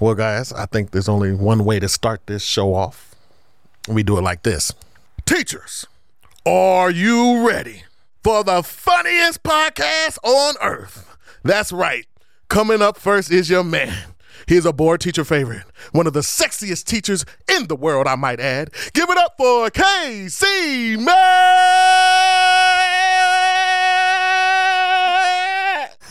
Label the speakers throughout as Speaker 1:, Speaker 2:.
Speaker 1: Well, guys, I think there's only one way to start this show off. We do it like this Teachers, are you ready for the funniest podcast on earth? That's right. Coming up first is your man. He's a board teacher favorite, one of the sexiest teachers in the world, I might add. Give it up for KC Matt!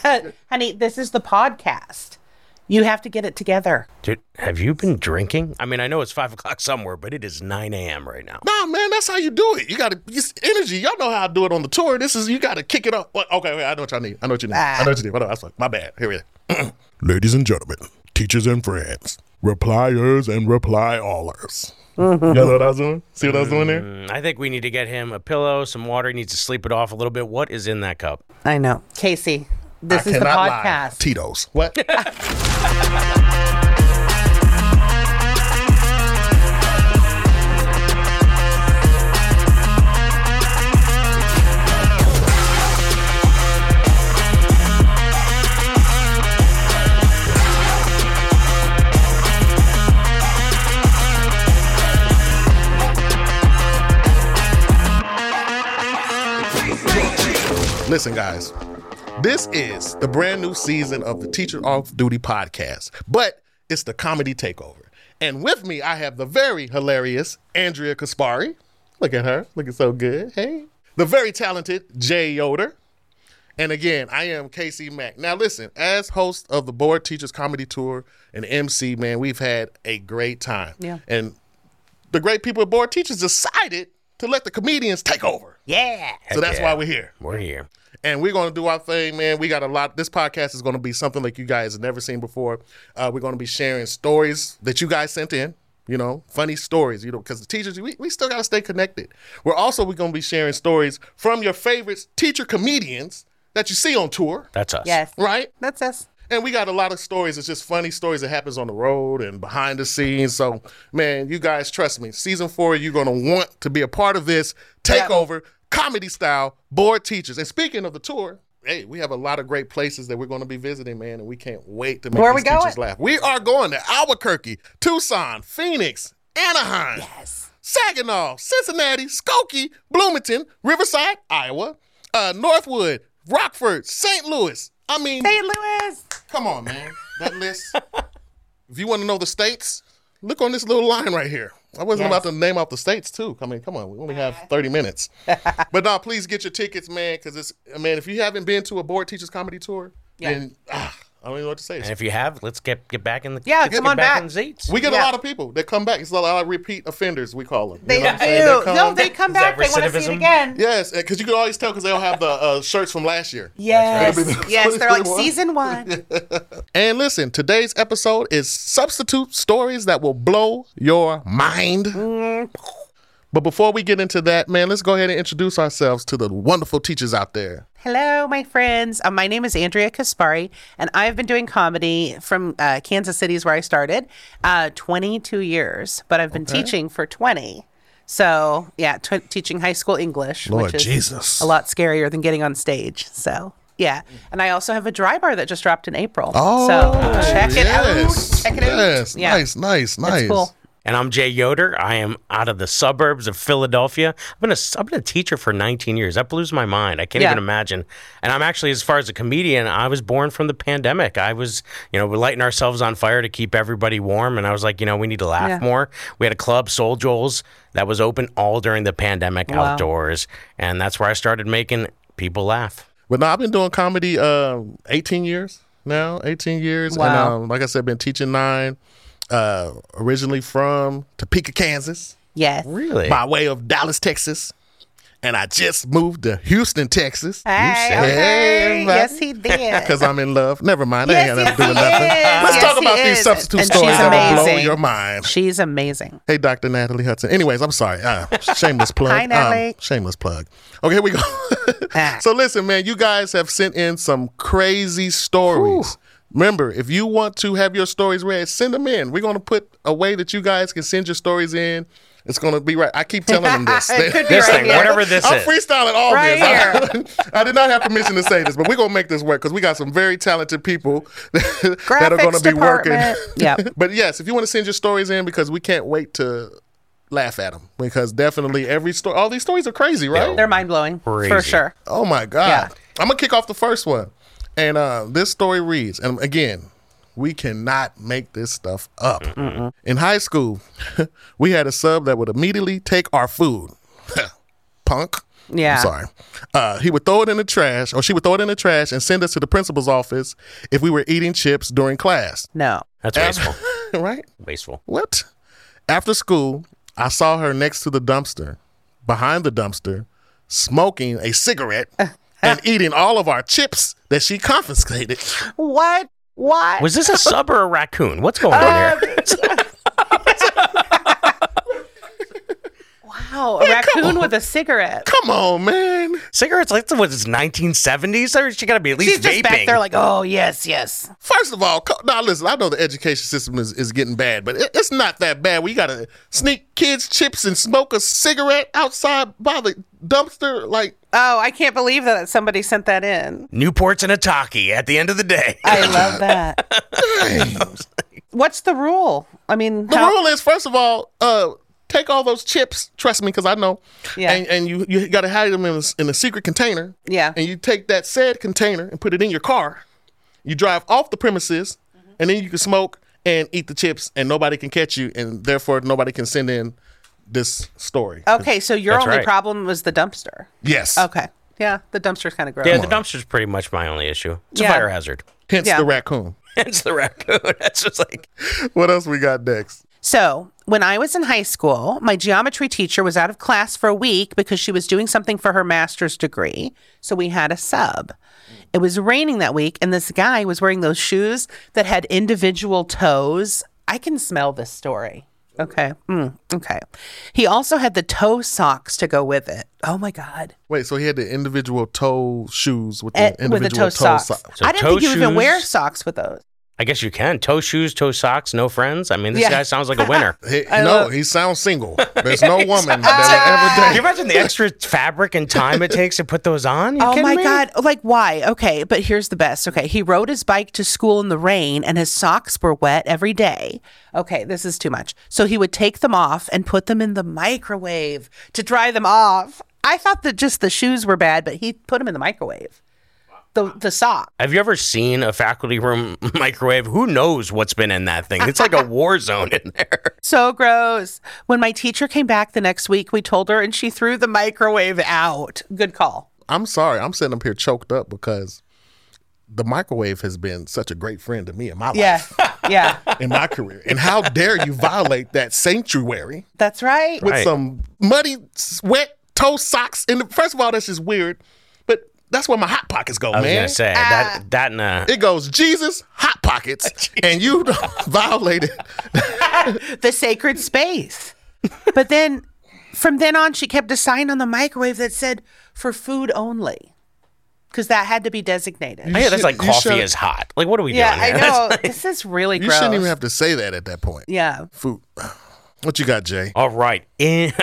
Speaker 2: Honey, this is the podcast. You have to get it together.
Speaker 3: Dude, have you been drinking? I mean, I know it's five o'clock somewhere, but it is nine a.m. right now.
Speaker 1: Nah, man, that's how you do it. You got to it's energy. Y'all know how I do it on the tour. This is you got to kick it up. What- Okay, wait, I know what y'all need. I know what you need. I know what you need. Hold on, that's fine. my bad. Here we go. Ladies and gentlemen, teachers and friends, repliers and reply allers. Y'all know what I was doing? See what I was doing there?
Speaker 3: Mm, I think we need to get him a pillow, some water. He needs to sleep it off a little bit. What is in that cup?
Speaker 2: I know. Casey, this
Speaker 1: I
Speaker 2: is the
Speaker 1: cannot lie.
Speaker 2: podcast.
Speaker 1: Tito's. What? Listen, guys, this is the brand new season of the Teacher Off Duty podcast, but it's the comedy takeover. And with me, I have the very hilarious Andrea Kaspari. Look at her, looking so good. Hey. The very talented Jay Yoder. And again, I am Casey Mack. Now, listen, as host of the Board Teachers Comedy Tour and MC, man, we've had a great time.
Speaker 2: Yeah.
Speaker 1: And the great people at Board Teachers decided to let the comedians take over.
Speaker 2: Yeah.
Speaker 1: so that's
Speaker 3: yeah.
Speaker 1: why we're here
Speaker 3: We're here.
Speaker 1: and we're gonna do our thing, man. We got a lot. This podcast is gonna be something like you guys have never seen before. Uh, we're gonna be sharing stories that you guys sent in. You know, funny stories. You know, because the teachers, we, we still gotta stay connected. We're also we're gonna be sharing stories from your favorites, teacher comedians that you see on tour,
Speaker 3: That's us.
Speaker 2: Yes.
Speaker 1: right?
Speaker 2: That's us.
Speaker 1: And we got a lot of stories. It's just funny stories that happens on the road and behind the scenes. So, man, you guys trust me. Season four, you're gonna want to be a part of this takeover, comedy style, board teachers. And speaking of the tour, hey, we have a lot of great places that we're gonna be visiting, man, and we can't wait to make
Speaker 2: Where
Speaker 1: these
Speaker 2: we going?
Speaker 1: teachers laugh. We are going to Albuquerque, Tucson, Phoenix, Anaheim, Saginaw, Cincinnati, Skokie, Bloomington, Riverside, Iowa, uh, Northwood, Rockford, St. Louis. I mean,
Speaker 2: St. Louis.
Speaker 1: Come on, man. That list. if you want to know the states, look on this little line right here. I wasn't about to name off the states too. I mean, come on, we only have 30 minutes. but no, please get your tickets, man, because it's uh, man, if you haven't been to a board teachers comedy tour,
Speaker 2: Yeah.
Speaker 1: then ah, I don't even know what to say.
Speaker 3: And if you have, let's get get back in the
Speaker 2: Yeah,
Speaker 3: let's
Speaker 2: come
Speaker 3: get
Speaker 2: on back.
Speaker 3: in the seats.
Speaker 1: we get a
Speaker 2: yeah.
Speaker 1: lot of people that come back. It's a lot of repeat offenders, we call them. You
Speaker 2: They
Speaker 1: know what I'm
Speaker 2: do.
Speaker 1: saying? They come-
Speaker 2: no, they come
Speaker 3: Is that
Speaker 2: back. They want to see it
Speaker 3: recidivism?
Speaker 2: again.
Speaker 1: Yes, because you can always tell because they don't have the uh, shirts from last year.
Speaker 2: Yes. Yes. They're like
Speaker 1: 2021.
Speaker 2: season one.
Speaker 1: And listen, today's episode is substitute stories that will blow your mind. But before we get into that, man, let's go ahead and introduce ourselves to the wonderful teachers out there.
Speaker 2: Hello, my friends. Uh, my name is Andrea Kaspari, and I've been doing comedy from uh, Kansas City, is where I started, uh, 22 years, but I've been teaching for 20. So, yeah, t- teaching high school English,
Speaker 1: Lord
Speaker 2: which is
Speaker 1: Jesus.
Speaker 2: a lot scarier than getting on stage. So, yeah. And I also have a dry bar that just dropped in April.
Speaker 1: Oh,
Speaker 2: so check
Speaker 1: yes.
Speaker 2: it out. Check it
Speaker 1: Yes,
Speaker 2: out. Yeah.
Speaker 1: nice, nice, nice.
Speaker 2: It's cool.
Speaker 3: And I'm Jay Yoder. I am out of the suburbs of Philadelphia. I've been a, I've been a teacher for 19 years. That blows my mind. I can't
Speaker 2: Yeah.
Speaker 3: even imagine. And I'm actually, as far as a comedian, I was born from the pandemic. I was, you know, we're lighting ourselves on fire to keep everybody warm. And I was like, you know, we need to laugh
Speaker 2: Yeah.
Speaker 3: more. We had a club, Soul Joel's, that was open all during the pandemic
Speaker 2: Wow.
Speaker 3: outdoors. And that's where I started making people laugh.
Speaker 1: But now I've been doing comedy um, 18 years now, 18 years.
Speaker 2: Wow.
Speaker 1: And um, like I said, been teaching nine, uh, originally from Topeka, Kansas.
Speaker 2: Yes.
Speaker 3: Really?
Speaker 1: by way of Dallas, Texas, and I just moved to Houston, Texas.
Speaker 2: Hey,
Speaker 3: said-
Speaker 2: okay.
Speaker 1: Hey, buddy.
Speaker 2: yes, he did.
Speaker 1: Because I'm in love. Never mind. That ain't
Speaker 2: Yes,
Speaker 1: got nothing to do with
Speaker 2: yes,
Speaker 1: nothing.
Speaker 2: he is.
Speaker 1: Let's
Speaker 2: Yes,
Speaker 1: talk
Speaker 2: he
Speaker 1: about these
Speaker 2: is.
Speaker 1: substitute
Speaker 2: And she's
Speaker 1: stories that will blow
Speaker 2: amazing.
Speaker 1: your mind.
Speaker 2: She's amazing.
Speaker 1: Hey, Dr. Natalie Hudson. Anyways, I'm sorry. Uh, shameless plug.
Speaker 2: Hi, Natalie.
Speaker 1: shameless plug. Okay, here we go.
Speaker 2: Ah.
Speaker 1: so, listen, man, you guys have sent in some crazy stories. Remember, if you want to have your stories read, send them in. We're going to put a way that you guys can send your stories in. It's gonna be right. I keep telling them this.
Speaker 2: It could be
Speaker 3: This
Speaker 2: right
Speaker 3: thing,
Speaker 2: here.
Speaker 3: whatever this
Speaker 1: I'm
Speaker 3: is.
Speaker 1: freestyling all
Speaker 2: Right
Speaker 1: this. I, did not have permission to say this, but we're gonna make this work because we got some very talented people that are
Speaker 2: Graphics
Speaker 1: gonna be working.
Speaker 2: department. Yep.
Speaker 1: but yes, if you want to send your stories in, because we can't wait to laugh at them, because definitely every story, all these stories are crazy, right?
Speaker 2: They're mind blowing for
Speaker 3: Crazy.
Speaker 2: sure.
Speaker 1: Oh my God.
Speaker 2: Yeah.
Speaker 1: I'm going to kick off the first one. And uh, this story reads, and again, we cannot make this stuff up. In high school, we had a sub that would immediately take our food. Punk.
Speaker 2: Yeah.
Speaker 1: I'm sorry. Uh, he would throw it in the trash, or she would throw it in the trash and send us to the principal's office if we were eating chips during class.
Speaker 2: No.
Speaker 3: That's wasteful.
Speaker 1: right?
Speaker 3: wasteful.
Speaker 1: What? After school, I saw her next to the dumpster, behind the dumpster, smoking a cigarette and eating all of our chips that she confiscated.
Speaker 2: What? What?
Speaker 3: Was this a sub or a raccoon? What's going on here?
Speaker 2: Um, wow. A raccoon with a cigarette.
Speaker 1: Come on, man.
Speaker 3: Cigarettes? Like, what is this, 1970s? There- She got to be at least
Speaker 2: She's just
Speaker 3: vaping.
Speaker 2: back there like, oh, yes, yes.
Speaker 1: First of all, co- now listen, I know the education system is, is getting bad, but it, it's not that bad. We got to sneak kids chips and smoke a cigarette outside by the dumpster. Like,
Speaker 2: Oh, I can't believe that somebody sent that in.
Speaker 3: Newports and a talkie at the end of the day.
Speaker 2: I love that. What's the rule? I mean,
Speaker 1: The
Speaker 2: how-
Speaker 1: rule is, first of all, uh, take all those chips. Trust me, because I know.
Speaker 2: Yeah.
Speaker 1: And, and you you got to hide them in a, in a secret container.
Speaker 2: Yeah.
Speaker 1: And you take that said container and put it in your car. You drive off the premises, and then you can smoke and eat the chips, and nobody can catch you, and therefore nobody can send in this story.
Speaker 2: okay, so your
Speaker 3: That's
Speaker 2: only
Speaker 3: right.
Speaker 2: problem was the dumpster.
Speaker 1: Yes.
Speaker 2: Oh. Okay. Yeah, the dumpster's kind of gross.
Speaker 3: yeah, the dumpster's pretty much my only issue. It's
Speaker 2: Yeah.
Speaker 3: a fire hazard.
Speaker 1: Hence
Speaker 2: Yeah.
Speaker 1: the raccoon.
Speaker 3: It's the raccoon. That's just like,
Speaker 1: What else we got next?
Speaker 2: So, when I was in high school, my geometry teacher was out of class for a week because she was doing something for her master's degree. So, we had a sub. It was raining that week, and this guy was wearing those shoes that had individual toes. I can smell this story. Okay. Mm, okay. He also had the toe socks to go with it. Oh my God.
Speaker 1: Wait, so he had the individual toe shoes with the
Speaker 2: Eh,
Speaker 1: individual
Speaker 2: with the toe, socks.
Speaker 1: so-
Speaker 3: So
Speaker 2: I didn't
Speaker 3: toe
Speaker 2: think you even
Speaker 3: shoes.
Speaker 2: wear socks with those.
Speaker 3: I guess you can. Toe shoes, toe socks, no friends. I mean, this
Speaker 2: Yeah.
Speaker 3: guy sounds like a winner.
Speaker 1: He- no, he sounds single. There's no woman that will
Speaker 3: Can you
Speaker 1: ever date.
Speaker 3: imagine the extra fabric and time it takes to put those on? You
Speaker 2: Oh
Speaker 3: kidding
Speaker 2: my
Speaker 3: me?
Speaker 2: God. Like, why? Okay. But here's the best. Okay. He rode his bike to school in the rain and his socks were wet every day. Okay. This is too much. So he would take them off and put them in the microwave to dry them off. I thought that just the shoes were bad, but he put them in the microwave. The, the sock.
Speaker 3: Have you ever seen a faculty room microwave? Who knows what's been in that thing? It's like a war zone in there.
Speaker 2: So gross. When my teacher came back the next week, we told her and she threw the microwave out. Good call.
Speaker 1: I'm sorry. I'm sitting up here choked up because the microwave has been such a great friend to me in my
Speaker 2: Yeah.
Speaker 1: life,
Speaker 2: Yeah.
Speaker 1: in my career. And how dare you violate that sanctuary
Speaker 2: That's right.
Speaker 1: with
Speaker 3: Right.
Speaker 1: some muddy, s- wet toe socks? And the- first of all, that's just weird. But that's where my hot pockets go,
Speaker 3: I was
Speaker 1: man.
Speaker 3: gonna say that that and uh,
Speaker 1: it goes Jesus hot pockets, and you violated.
Speaker 2: the sacred space. But then from then on, she kept a sign on the microwave that said for food only because that had to be designated.
Speaker 3: I hear that's like
Speaker 1: You should-
Speaker 3: coffee is hot. Like what are we
Speaker 2: yeah,
Speaker 3: doing?
Speaker 2: I
Speaker 3: here? That's-
Speaker 2: know. this is really
Speaker 1: You
Speaker 2: gross.
Speaker 1: shouldn't even have to say that at that point.
Speaker 2: yeah.
Speaker 1: Food. What you got, Jay?
Speaker 3: All right. In-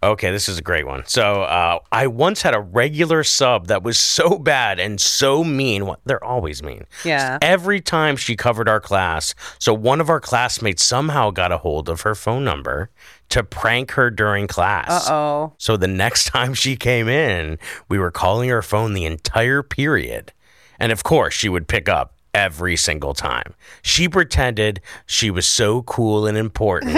Speaker 3: okay, this is a great one. So, uh, I once had a regular sub that was so bad and so mean. Well, They're always mean.
Speaker 2: Yeah.
Speaker 3: Every time she covered our class, so one of our classmates somehow got a hold of her phone number to prank her during class.
Speaker 2: Uh oh.
Speaker 3: So the next time she came in, we were calling her phone the entire period. And of course, she would pick up every single time. She pretended she was so cool and important.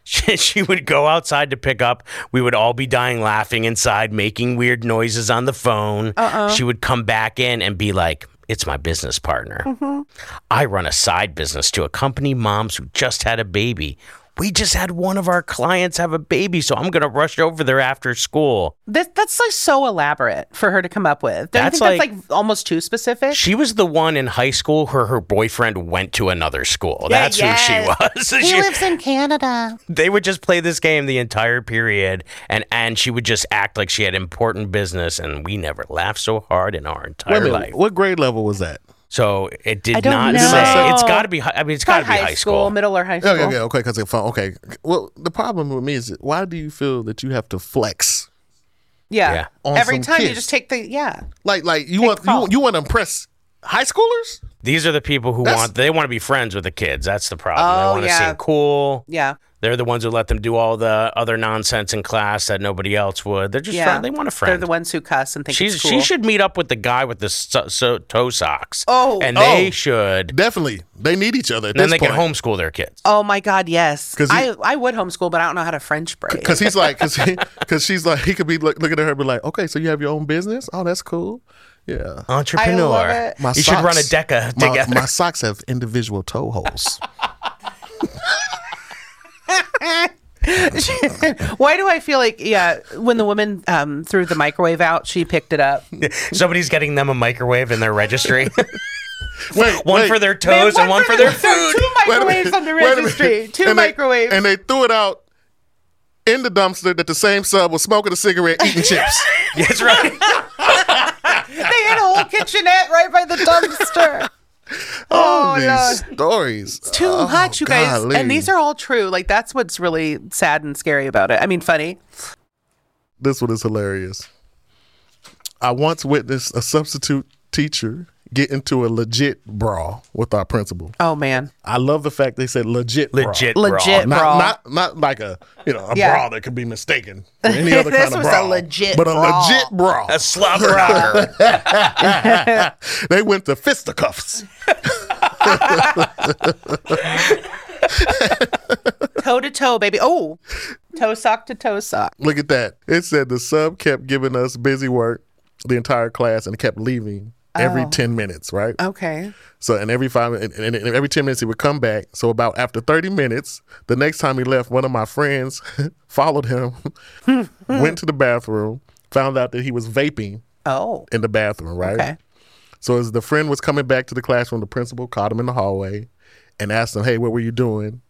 Speaker 3: she, she would go outside to pick up. We would all be dying laughing inside, making weird noises on the phone. Uh-uh. She would come back in and be like, it's my business partner. I run a side business to accompany moms who just had a baby. We just had one of our clients have a baby, so I'm going to rush over there after school.
Speaker 2: That, that's like so elaborate for her to come up with. Don't
Speaker 3: That's
Speaker 2: you think
Speaker 3: like-
Speaker 2: that's like almost too specific?
Speaker 3: She was the one in high school where her boyfriend went to another school. That's
Speaker 2: yes.
Speaker 3: who she was.
Speaker 2: he
Speaker 3: She-
Speaker 2: lives in Canada.
Speaker 3: they would just play this game the entire period, and, and she would just act like she had important business, and we never laughed so hard in our entire
Speaker 1: Wait a minute,
Speaker 3: life.
Speaker 1: What grade level was that?
Speaker 3: So it did
Speaker 2: I don't
Speaker 3: not
Speaker 2: know.
Speaker 3: say.
Speaker 2: No.
Speaker 3: It's got to be. hi- I mean, it's got to
Speaker 2: Probably
Speaker 3: be high school.
Speaker 2: middle or high school.
Speaker 1: Oh, Yeah, yeah, yeah. Okay, because phone. Okay. Well, the problem with me is, that why do you feel that you have to flex?
Speaker 2: Yeah.
Speaker 3: Yeah.
Speaker 1: On
Speaker 2: Every
Speaker 1: some
Speaker 2: time you
Speaker 1: kids.
Speaker 2: just take the yeah.
Speaker 1: Like, like you
Speaker 2: Take
Speaker 1: want
Speaker 2: fault.
Speaker 1: you, you want to impress high schoolers?
Speaker 3: These are the people who
Speaker 1: That's-
Speaker 3: want. They want to be friends with the kids. That's the problem. they
Speaker 2: Oh,
Speaker 3: want to
Speaker 2: yeah.
Speaker 3: seem cool.
Speaker 2: Yeah.
Speaker 3: They're the ones who let them do all the other nonsense in class that nobody else would. They're just
Speaker 2: Yeah.
Speaker 3: friend- they want a friend.
Speaker 2: They're the ones who cuss and think
Speaker 3: She's
Speaker 2: it's cool.
Speaker 3: she should meet up with the guy with the so, so, toe socks.
Speaker 2: Oh.
Speaker 3: and they
Speaker 1: Oh.
Speaker 3: should.
Speaker 1: Definitely, they need each other. At
Speaker 3: Then
Speaker 1: this
Speaker 3: they
Speaker 1: point.
Speaker 3: can homeschool their kids.
Speaker 2: Oh my God, yes.
Speaker 1: 'Cause he-
Speaker 2: I, I would homeschool, but I don't know how to French braid.
Speaker 1: Cause he's like, cause, he, cause she's like, he could be look, looking at her, and be like, okay, so you have your own business? Oh, that's cool. Yeah.
Speaker 2: I
Speaker 3: Entrepreneur.
Speaker 2: love it.
Speaker 1: My
Speaker 3: you should run a
Speaker 1: socks-
Speaker 3: DECA
Speaker 1: my,
Speaker 3: together.
Speaker 1: My socks have individual toe holes.
Speaker 2: Why do I feel like yeah? When the woman um, threw the microwave out, she picked it up.
Speaker 3: Somebody's getting them a microwave in their registry.
Speaker 1: wait,
Speaker 3: one
Speaker 1: wait,
Speaker 3: for their toes and one for their food.
Speaker 2: Two
Speaker 1: wait a
Speaker 2: microwaves
Speaker 1: minute,
Speaker 2: on the
Speaker 1: wait a minute.
Speaker 2: registry. Two
Speaker 1: And they-
Speaker 2: microwaves.
Speaker 1: and they threw it out in the dumpster that the same sub was smoking a cigarette, eating chips.
Speaker 3: That's right.
Speaker 2: they had a whole kitchenette right by the dumpster.
Speaker 1: Oh, these
Speaker 2: no.
Speaker 1: stories.
Speaker 2: Too
Speaker 1: Oh,
Speaker 2: much, you guys.
Speaker 1: golly.
Speaker 2: And these are all true. Like that's what's really sad and scary about it. I mean, funny.
Speaker 1: This one is hilarious. I once witnessed a substitute teacher get into a legit brawl with our principal.
Speaker 2: Oh man,
Speaker 1: I love the fact they said legit brawl.
Speaker 3: Legit.
Speaker 2: legit
Speaker 3: Brawl.
Speaker 1: Not,
Speaker 2: brawl.
Speaker 1: not not like a you know a
Speaker 2: Yeah.
Speaker 1: brawl that could be mistaken for any other
Speaker 2: This
Speaker 1: kind of
Speaker 2: was a
Speaker 1: brawl,
Speaker 2: legit
Speaker 1: but a
Speaker 2: brawl.
Speaker 1: legit brawl.
Speaker 3: A slobber rocker.
Speaker 1: they went to fisticuffs.
Speaker 2: toe to toe, baby. Oh, toe sock to toe sock.
Speaker 1: Look at that. It said the sub kept giving us busy work the entire class and kept leaving every
Speaker 2: Oh.
Speaker 1: ten minutes. Right.
Speaker 2: Okay.
Speaker 1: So, and every five and, and, and every ten minutes he would come back. So, about after thirty minutes, the next time he left, one of my friends followed him, went to the bathroom, found out that he was vaping
Speaker 2: Oh.
Speaker 1: in the bathroom. Right.
Speaker 2: Okay.
Speaker 1: So, as the friend was coming back to the classroom, the principal caught him in the hallway and asked him, "Hey, what were you doing?"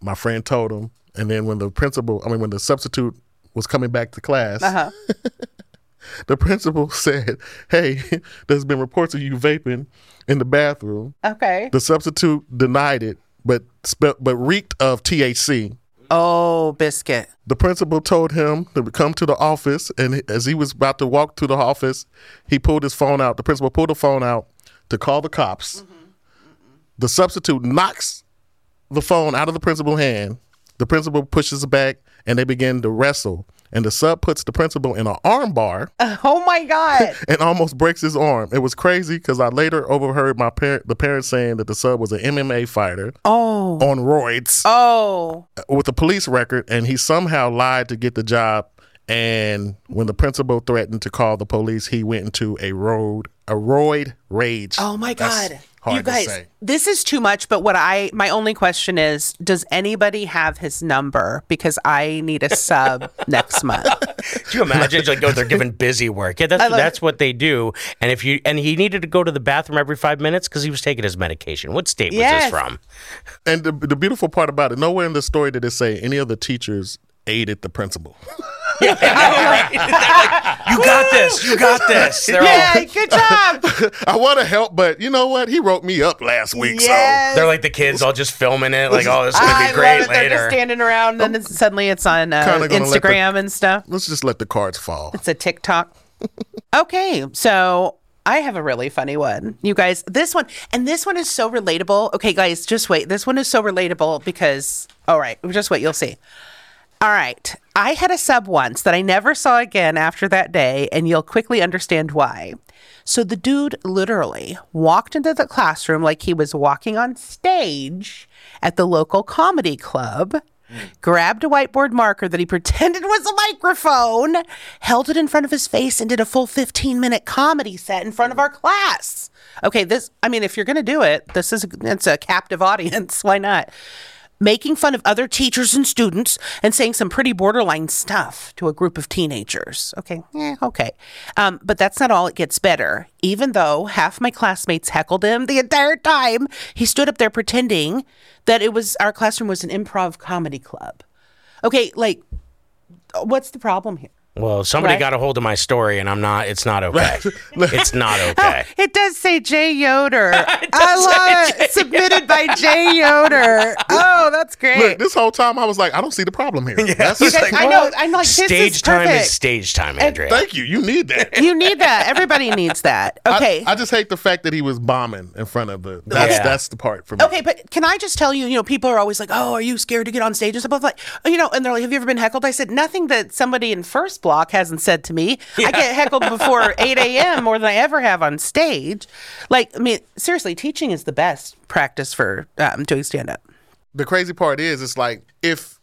Speaker 1: My friend told him, and then when the principal, I mean, when the substitute was coming back to class,
Speaker 2: Uh-huh.
Speaker 1: the principal said, "Hey, there's been reports of you vaping in the bathroom."
Speaker 2: Okay.
Speaker 1: The substitute denied it, but spe- but reeked of THC.
Speaker 2: Oh, biscuit.
Speaker 1: The principal told him to come to the office, and as he was about to walk to the office, he pulled his phone out. The principal pulled the phone out to call the cops. The substitute knocks the phone out of the principal's hand. The principal pushes it back, and they begin to wrestle. And the sub puts the principal in an arm bar
Speaker 2: Oh my god.
Speaker 1: and almost breaks his arm. It was crazy because I later overheard my parent, the parents saying that the sub was an MMA fighter
Speaker 2: Oh.
Speaker 1: on roids
Speaker 2: Oh.
Speaker 1: with a police record and he somehow lied to get the job and when the principal threatened to call the police he went into a road a roid rage
Speaker 2: Oh my
Speaker 1: That's
Speaker 2: God.
Speaker 1: hard
Speaker 2: you
Speaker 1: to
Speaker 2: guys,
Speaker 1: say.
Speaker 2: this is too much. But what I, my only question is, does anybody have his number? Because I need a sub next month.
Speaker 3: Could you imagine? It's like, oh, they're given busy work. Yeah, that's that's what they do. And if you and he needed to go to the bathroom every five minutes because he was taking his medication. What state was
Speaker 2: Yes.
Speaker 3: this from?
Speaker 1: and the, the beautiful part about it nowhere in the story did it say any of the teachers aided the principal
Speaker 3: You got this. You got this. They're all,
Speaker 2: Yay, good job.
Speaker 1: i want to help but you know what he wrote me up last week
Speaker 2: Yes.
Speaker 3: they're like the kids, all just filming it. Like, oh, this is gonna
Speaker 2: I
Speaker 3: be great
Speaker 2: love it. They're just
Speaker 3: later.
Speaker 2: standing around, and then it's- suddenly it's on uh,
Speaker 1: Kinda gonna let the-
Speaker 2: Instagram and stuff.
Speaker 1: so let's just let the cards fall
Speaker 2: It's a TikTok. okay, so I have a really funny one. You guys, this one and this one is so relatable. Okay, guys, just wait. This one is so relatable because all right, just wait, you'll see. All right. I had a sub once that I never saw again after that day, and you'll quickly understand why. So the dude literally walked into the classroom like he was walking on stage at the local comedy club, grabbed a whiteboard marker that he pretended was a microphone, held it in front of his face, and did a full 15 minute comedy set in front of our class. Okay, this, I mean, if you're going to do it, this is, it's a captive audience. Why not? making fun of other teachers and students, and saying some pretty borderline stuff to a group of teenagers. Okay, eh, okay. Um, but that's not all. It gets better. Even though half my classmates heckled him the entire time, he stood up there pretending that it was our classroom was an improv comedy club. Okay, like, what's the problem here?
Speaker 3: Well, somebody
Speaker 2: What?
Speaker 3: got a hold of my story, and I'm not. It's not okay. it's not
Speaker 2: Oh,
Speaker 3: okay.
Speaker 2: It does say Jay Yoder. I love it. Submitted by Jay Yoder. Oh, that's great.
Speaker 1: Look, this whole time I was like, I don't see the problem here. That's
Speaker 3: You
Speaker 2: guys-
Speaker 3: like,
Speaker 2: I know.
Speaker 3: what?
Speaker 2: I'm like, this
Speaker 3: stage
Speaker 2: is
Speaker 3: time
Speaker 2: perfect.
Speaker 3: is stage time, Andrea.
Speaker 1: Thank you. You need that.
Speaker 2: you need that. Everybody needs that.
Speaker 1: I-
Speaker 2: Okay.
Speaker 1: I, just hate the fact that he was bombing in front of the. That's
Speaker 3: Yeah.
Speaker 1: that's the part for me.
Speaker 2: Okay, but can I just tell you, you know, people are always like, oh, are you scared to get on stage and stuff like You know, and they're like, have you ever been heckled? I said, nothing that somebody in first block hasn't said to me. I get heckled before 8 a.m. more than I ever have on stage. Like, I mean, seriously, teaching is the best practice for um, doing stand up.
Speaker 1: The crazy part is, it's like if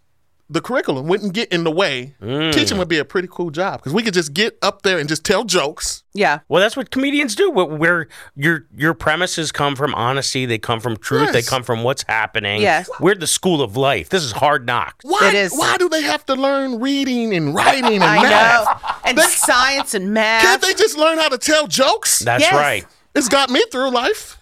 Speaker 1: the curriculum wouldn't get in the way, teaching would be a pretty cool job because we could just get up there and just tell jokes.
Speaker 2: Yeah.
Speaker 3: Well, that's what comedians do. wh- Where your your premises come from honesty, they come from truth, they
Speaker 1: Yes.
Speaker 3: come from what's happening.
Speaker 2: Yes.
Speaker 3: We're the school of life. This is hard knocks.
Speaker 1: Why?
Speaker 2: It is.
Speaker 1: Why do they have to learn reading and writing and
Speaker 2: I
Speaker 1: math?
Speaker 2: know. And science and math.
Speaker 1: Can't they just learn how to tell jokes?
Speaker 3: That's
Speaker 2: Yes.
Speaker 3: right.
Speaker 1: it's got me through life.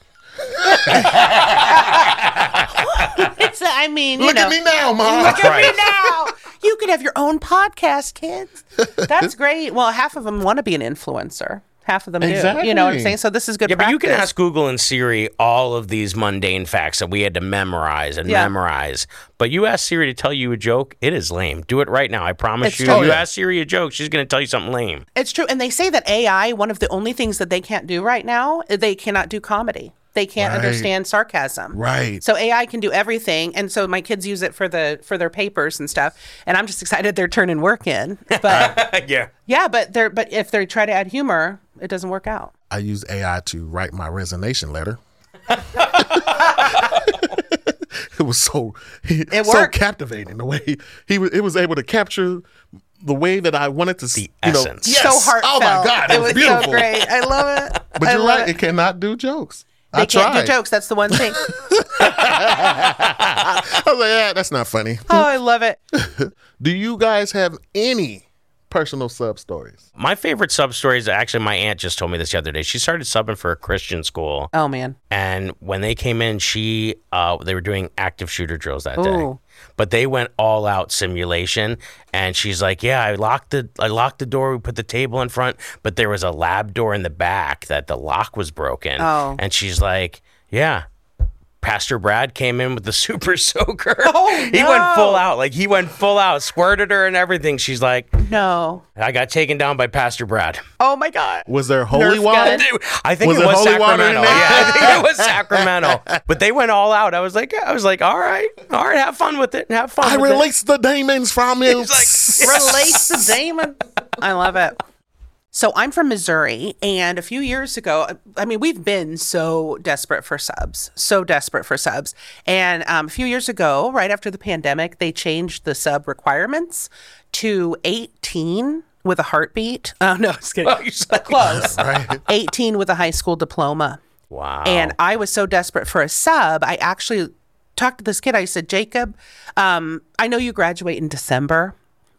Speaker 2: It's, I mean, you
Speaker 1: Look
Speaker 2: know.
Speaker 1: at me now, mom.
Speaker 2: Look at
Speaker 3: Right.
Speaker 2: me now. You could have your own podcast, kids. That's great. Well, half of them want to be an influencer. Half of them do. You know what I'm
Speaker 1: Exactly.
Speaker 2: saying? So this is good
Speaker 3: Yeah, but you can
Speaker 2: practice.
Speaker 3: ask Google and Siri all of these mundane facts that we had to memorize and
Speaker 2: Yeah.
Speaker 3: memorize. But you ask Siri to tell you a joke, it is lame. Do it right now. I promise
Speaker 2: It's
Speaker 3: you.
Speaker 2: true.
Speaker 3: you
Speaker 1: Oh, yeah.
Speaker 3: ask Siri a joke, she's going to tell you something lame.
Speaker 2: It's true. And they say that AI, one of the only things that they can't do right now, they cannot do comedy. They can't
Speaker 1: Right.
Speaker 2: understand sarcasm.
Speaker 1: Right.
Speaker 2: So AI can do everything. And so my kids use it for the for their papers and stuff. And I'm just excited they're turning work in. But
Speaker 3: yeah.
Speaker 2: yeah, but they're but if they try to add humor, it doesn't work out.
Speaker 1: I use AI to write my resignation letter. it was so
Speaker 2: It
Speaker 1: so
Speaker 2: worked.
Speaker 1: captivating the way he, he was. It was able to capture the way that I wanted to see you know,
Speaker 3: essence.
Speaker 1: Yes.
Speaker 2: So heartfelt.
Speaker 1: Oh my god, it, was, beautiful.
Speaker 2: so great. I love it.
Speaker 1: But
Speaker 2: I
Speaker 1: you're
Speaker 2: love
Speaker 1: right. It. cannot do jokes.
Speaker 2: They
Speaker 1: I
Speaker 2: can't
Speaker 1: tried.
Speaker 2: do jokes. That's the one thing. oh,
Speaker 1: I was like, yeah, that's not funny.
Speaker 2: Oh, I love it.
Speaker 1: Do you guys have any personal sub stories?
Speaker 3: My favorite sub story is actually my aunt just told me this the other day. She started subbing for a Christian school.
Speaker 2: Oh man.
Speaker 3: And when they came in, she uh, they were doing active shooter drills that
Speaker 2: Ooh.
Speaker 3: day. But they went all out simulation, and she's like, "Yeah, I locked the I locked the door. We put the table in front, but there was a lab door in the back that the lock was broken."
Speaker 2: Oh.
Speaker 3: And she's like, "Yeah." Pastor Brad came in with the super soaker.
Speaker 2: Oh,
Speaker 3: He went full
Speaker 2: no.
Speaker 3: out. Like he went full out, squirted her and everything. She's like,
Speaker 2: No.
Speaker 3: "I got taken down by Pastor Brad."
Speaker 2: Oh my god.
Speaker 1: Was there holy
Speaker 2: Nerf
Speaker 1: water?
Speaker 2: gun.
Speaker 3: I think
Speaker 1: Was
Speaker 3: it
Speaker 1: it
Speaker 3: was
Speaker 1: holy water in
Speaker 3: Sacramento.
Speaker 1: there?
Speaker 3: Yeah, I think it was Sacramento. But they went all out. I was like, I was like, all right, all right, have fun with it. Have fun.
Speaker 1: I
Speaker 3: with it."
Speaker 1: released the demons from you.
Speaker 3: He's
Speaker 2: Relates to Damon. I love it. So I'm from Missouri, and a few years ago, I mean, we've been so desperate for subs, so desperate for subs. And um, a few years ago, right after the pandemic, they changed the sub requirements to 18 with a heartbeat. Oh no, just kidding.
Speaker 3: Oh, you suck.
Speaker 2: but close.
Speaker 1: right.
Speaker 2: 18 with a high school diploma.
Speaker 3: Wow.
Speaker 2: And I was so desperate for a sub, I actually talked to this kid. I said, Jacob, um, I know you graduate in December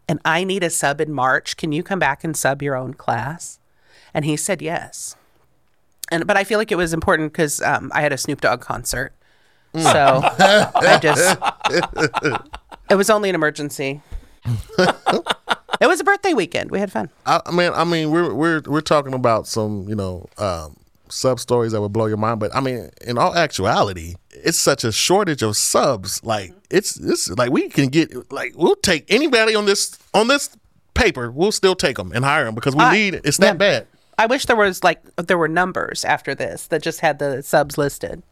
Speaker 2: and I need a sub in March. Can you come back and sub your own class? And he said, yes. And, but I feel like it was important because um, I had a Snoop Dogg concert. So I just, it was only an emergency. it was a birthday weekend. We had fun.
Speaker 1: I, I mean, I mean, we're we're we're talking about some, you know, um, sub stories that would blow your mind. But I mean, in all actuality, it's such a shortage of subs. Like
Speaker 2: Mm-hmm.
Speaker 1: it's it's like we can get like we'll take anybody on this on this paper. We'll still take them and hire them because we
Speaker 2: I-
Speaker 1: need. It's that
Speaker 2: yeah.
Speaker 1: bad.
Speaker 2: I wish there was like there were numbers after this that just had the subs listed.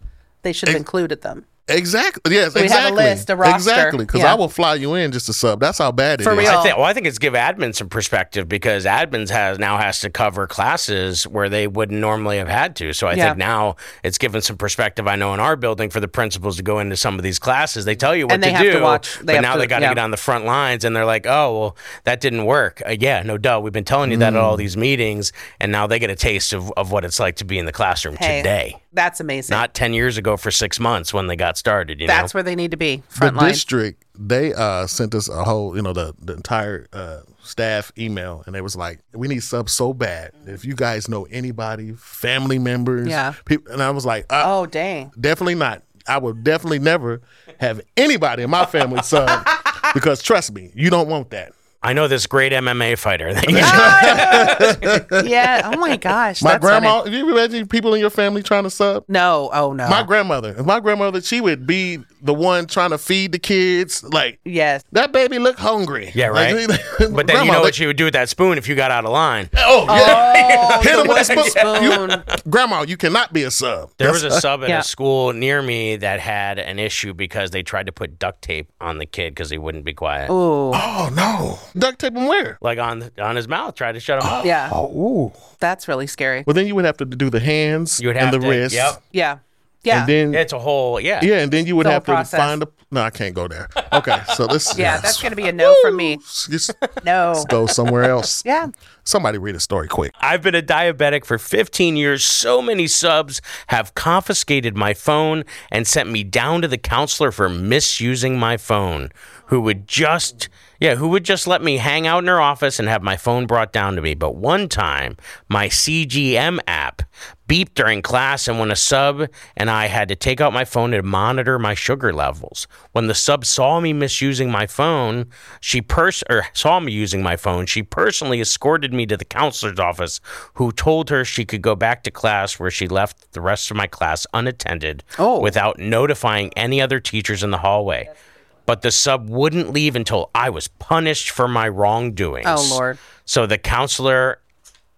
Speaker 2: They should have included them.
Speaker 1: Exactly. Yes.
Speaker 2: we have a
Speaker 1: exactly.
Speaker 2: list, a roster.
Speaker 1: Exactly. Because
Speaker 2: Yeah.
Speaker 1: I will fly you in just to sub. That's how bad it is.
Speaker 2: For real.
Speaker 3: I think, well, I think it's give admin some perspective because admins has now has to cover classes where they wouldn't normally have had to. So I
Speaker 2: Yeah.
Speaker 3: think now it's given some perspective. I know in our building for the principals to go into some of these classes, they tell you what
Speaker 2: And they
Speaker 3: to
Speaker 2: have
Speaker 3: do,
Speaker 2: to watch- they
Speaker 3: but
Speaker 2: have
Speaker 3: now
Speaker 2: to-
Speaker 3: they got to
Speaker 2: yeah.
Speaker 3: get on the front lines and they're like, oh, well, that didn't work. Uh, yeah, no, duh. We've been telling you that at all
Speaker 2: Mm.
Speaker 3: these meetings, and now they get a taste of, of what it's like to be in the classroom
Speaker 2: Hey,
Speaker 3: today.
Speaker 2: That's amazing.
Speaker 3: Not ten years ago for six months when they got started. You
Speaker 2: That's
Speaker 3: know?
Speaker 2: where they need to be.
Speaker 1: the
Speaker 2: Front line.
Speaker 1: district they uh sent us a whole you know the, the entire uh staff email and they was like we need subs so bad if you guys know anybody family members
Speaker 2: Yeah.
Speaker 1: people and i was like uh,
Speaker 2: oh dang.
Speaker 1: definitely not i would definitely never have anybody in my family sub because trust me you don't want that
Speaker 3: I know this great MMA fighter. That
Speaker 2: Ah,
Speaker 3: you
Speaker 2: yeah. Oh my gosh.
Speaker 1: My
Speaker 2: that's funny.
Speaker 1: grandma, if you imagine people in your family trying to sub,
Speaker 2: No. Oh no.
Speaker 1: my grandmother, if my grandmother, she would be the one trying to feed the kids. Like
Speaker 2: yes.
Speaker 1: that baby look hungry.
Speaker 3: yeah,
Speaker 1: Like,
Speaker 3: right. but then you
Speaker 1: grandma,
Speaker 3: know
Speaker 1: like,
Speaker 3: what you would do with that spoon if you got out of line.
Speaker 1: Oh, yeah.
Speaker 2: Oh,
Speaker 1: Hit
Speaker 2: the
Speaker 1: him with a
Speaker 2: wooden
Speaker 1: spoon.
Speaker 2: spoon.
Speaker 1: You, grandma, you cannot be a sub.
Speaker 3: There was a sub at
Speaker 2: Yeah.
Speaker 3: a school near me that had an issue because they tried to put duct tape on the kid because he wouldn't be quiet.
Speaker 2: Ooh.
Speaker 1: Oh no! Duct tape him where?
Speaker 3: Like on on his mouth, tried to shut him up.
Speaker 2: Yeah.
Speaker 1: Oh, ooh.
Speaker 2: That's really scary.
Speaker 1: Well, then you would have to do the hands
Speaker 3: You would
Speaker 1: and the
Speaker 3: have to-
Speaker 1: wrists.
Speaker 3: yep.
Speaker 2: Yeah. Yeah.
Speaker 1: And then
Speaker 3: It's a whole yeah.
Speaker 1: yeah, and then you would
Speaker 2: The whole
Speaker 1: have to
Speaker 2: process.
Speaker 1: find a. No, I can't go there. Okay, so this.
Speaker 2: yeah. That's gonna be a no from me.
Speaker 1: Just
Speaker 2: No.
Speaker 1: go somewhere else.
Speaker 2: Yeah.
Speaker 1: Somebody read a story quick.
Speaker 3: I've been a diabetic for 15 years. So many subs have confiscated my phone and sent me down to the counselor for misusing my phone, who would just yeah, who would just let me hang out in her office and have my phone brought down to me. But one time, my CGM app beeped during class and when a sub and I had to take out my phone to monitor my sugar levels. When the sub saw me misusing my phone, she pers- or saw me using my phone, she personally escorted me to the counselor's office who told her she could go back to class where she left the rest of my class unattended
Speaker 2: Oh.
Speaker 3: without notifying any other teachers in the hallway. But the sub wouldn't leave until I was punished for my wrongdoings.
Speaker 2: Oh, Lord.
Speaker 3: So the counselor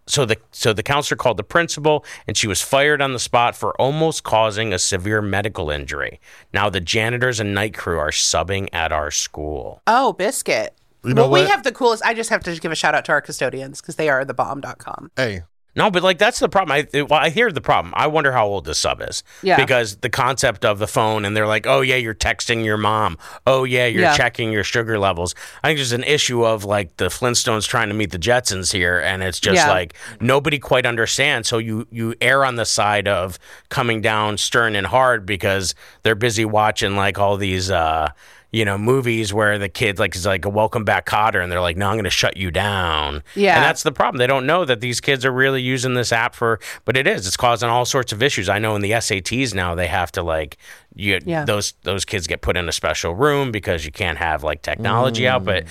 Speaker 3: so the so the counselor called the principal and she was fired on the spot for almost causing a severe medical injury. Now the janitors and night crew are subbing at our school.
Speaker 2: Oh, biscuit.
Speaker 1: know
Speaker 2: well, we
Speaker 1: what?
Speaker 2: have the coolest. I just have to give a shout out to our custodians because they are the bomb.com.
Speaker 1: Hey,
Speaker 3: No, but like that's the problem. I it- well, I hear the problem. I wonder how old the sub is.
Speaker 2: Yeah.
Speaker 3: Because the concept of the phone and they're like, "Oh yeah, you're texting your mom. Oh yeah, you're
Speaker 2: Yeah.
Speaker 3: checking your sugar levels." I think there's an issue of like the Flintstones trying to meet the Jetsons here and it's just
Speaker 2: Yeah.
Speaker 3: like nobody quite understands. So you you err on the side of coming down stern and hard because they're busy watching like all these uh you know, movies where the kid like is like a welcome back Cotter, and they're like, "No, I'm going to shut you down."
Speaker 2: Yeah.
Speaker 3: and that's that's the problem. They don't know that these kids are really using this app for, but it is. It's causing all sorts of issues. I know in the SATs now they have to like, you
Speaker 2: Yeah.
Speaker 3: those those kids get put in a special room because you can't have like technology out,
Speaker 2: Mm.
Speaker 3: but.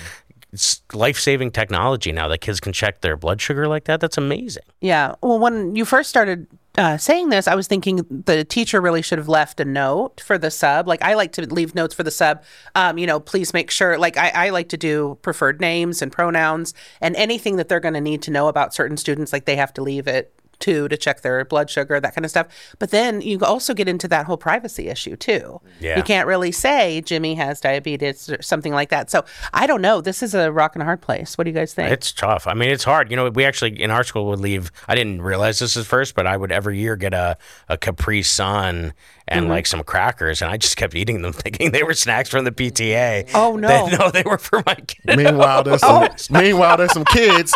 Speaker 3: It's life-saving technology now that kids can check their blood sugar like that. That's amazing.
Speaker 2: Yeah. Well, when you first started uh, saying this, I was thinking the teacher really should have left a note for the sub. Like I like to leave notes for the sub. Um, you know, please make sure. Like I, I like to do preferred names and pronouns and anything that they're going to need to know about certain students. Like they have to leave it too to check their blood sugar, that kind of stuff. But then you also get into that whole privacy issue too.
Speaker 3: Yeah.
Speaker 2: You can't really say Jimmy has diabetes or something like that. So I don't know. This is a rock and a hard place. What do you guys think?
Speaker 3: It's tough. I mean, it's hard. You know, we actually in our school would leave. I didn't realize this at first, but I would every year get a a Capri Sun and
Speaker 2: Mm-hmm.
Speaker 3: like some crackers, and I just kept eating them, thinking they were snacks from the PTA.
Speaker 2: Oh, no.
Speaker 3: They- no, they were for my kids.
Speaker 1: meanwhile there's some,
Speaker 2: Oh.
Speaker 1: meanwhile there's some kids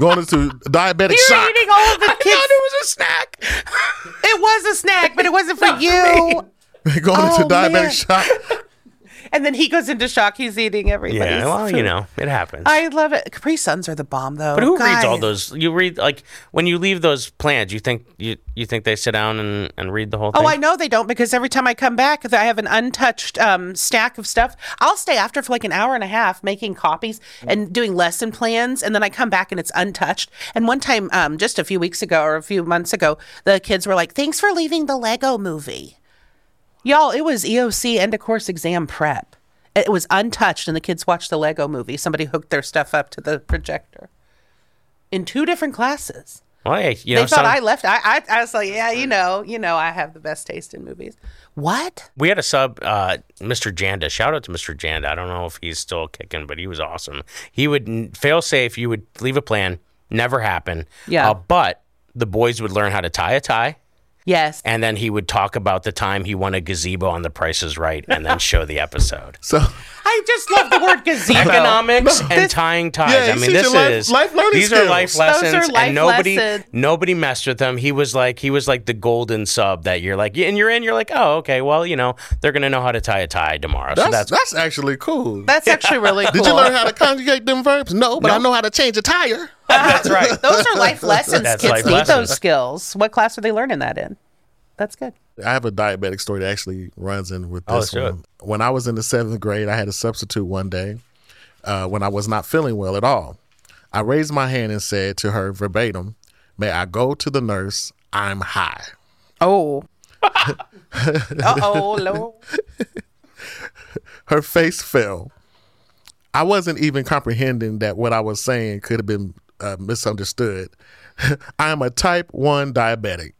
Speaker 1: going into diabetic
Speaker 2: You're
Speaker 1: shock.
Speaker 2: eating all of the
Speaker 3: I
Speaker 2: kids
Speaker 3: thought it was a snack.
Speaker 2: It was a snack, but it wasn't for you.
Speaker 1: going
Speaker 2: Oh,
Speaker 1: into diabetic
Speaker 2: man.
Speaker 1: shock.
Speaker 2: And then he goes into shock. He's eating everybody's.
Speaker 3: yeah, well,
Speaker 2: food.
Speaker 3: you know, it happens.
Speaker 2: I love it. Capri Suns are the bomb, though.
Speaker 3: but who reads all
Speaker 2: Guys.
Speaker 3: those? You read like when you leave those plans. You think you you think they sit down and, and read the whole thing?
Speaker 2: Oh, I know they don't because every time I come back, I have an untouched um, stack of stuff. I'll stay after for like an hour and a half making copies and doing lesson plans, and then I come back and it's untouched. And one time, um, just a few weeks ago or a few months ago, the kids were like, "Thanks for leaving the Lego Movie." Y'all, it was EOC end of course exam prep. It was untouched, and the kids watched the Lego Movie. Somebody hooked their stuff up to the projector in two different classes.
Speaker 3: Well, hey, you
Speaker 2: They
Speaker 3: know,
Speaker 2: thought
Speaker 3: some-
Speaker 2: I left. I, I I was like, yeah, you know, you know, I have the best taste in movies. What?
Speaker 3: we had a sub, uh, Mr. Janda. Shout out to Mr. Janda. I don't know if he's still kicking, but he was awesome. He would n- fail safe. You would leave a plan, never happen.
Speaker 2: Yeah.
Speaker 3: Uh, but the boys would learn how to tie a tie.
Speaker 2: Yes.
Speaker 3: And then he would talk about the time he won a gazebo on The Price is Right and then show the episode.
Speaker 1: So
Speaker 2: I just love the word gazebo.
Speaker 3: economics and
Speaker 2: This-
Speaker 3: tying ties.
Speaker 1: Yeah,
Speaker 3: I
Speaker 1: he's
Speaker 3: mean, this
Speaker 1: teaching life-
Speaker 3: is
Speaker 1: life learning
Speaker 3: these are life
Speaker 1: skills.
Speaker 2: Those
Speaker 3: lessons,
Speaker 2: are life
Speaker 3: and nobody
Speaker 2: lessons.
Speaker 3: nobody messed with him. He was like he was like the golden sub that you're like, and you're in. You're like, oh, okay, well, you know, they're gonna know how to tie a tie tomorrow. so
Speaker 1: that's
Speaker 3: that's
Speaker 1: that's, actually cool.
Speaker 2: That's actually really cool.
Speaker 1: Did you learn how to conjugate them verbs? No, but I know how to change a tire.
Speaker 3: that's right.
Speaker 2: Those are life lessons.
Speaker 3: That's
Speaker 2: Kids
Speaker 3: life
Speaker 2: need
Speaker 3: lessons.
Speaker 2: those skills. What class are they learning that in? That's good.
Speaker 1: I have a diabetic story that actually runs in with
Speaker 3: Oh,
Speaker 1: this
Speaker 3: let's do
Speaker 1: one. When I was in the seventh grade, I had a substitute one day. uh, when I was not feeling well at all. I raised my hand and said to her verbatim, May I go to the nurse? I'm high.
Speaker 2: Oh. uh oh, Lord.
Speaker 1: Her face fell. I wasn't even comprehending that what I was saying could have been uh, misunderstood. I am a type 1 diabetic.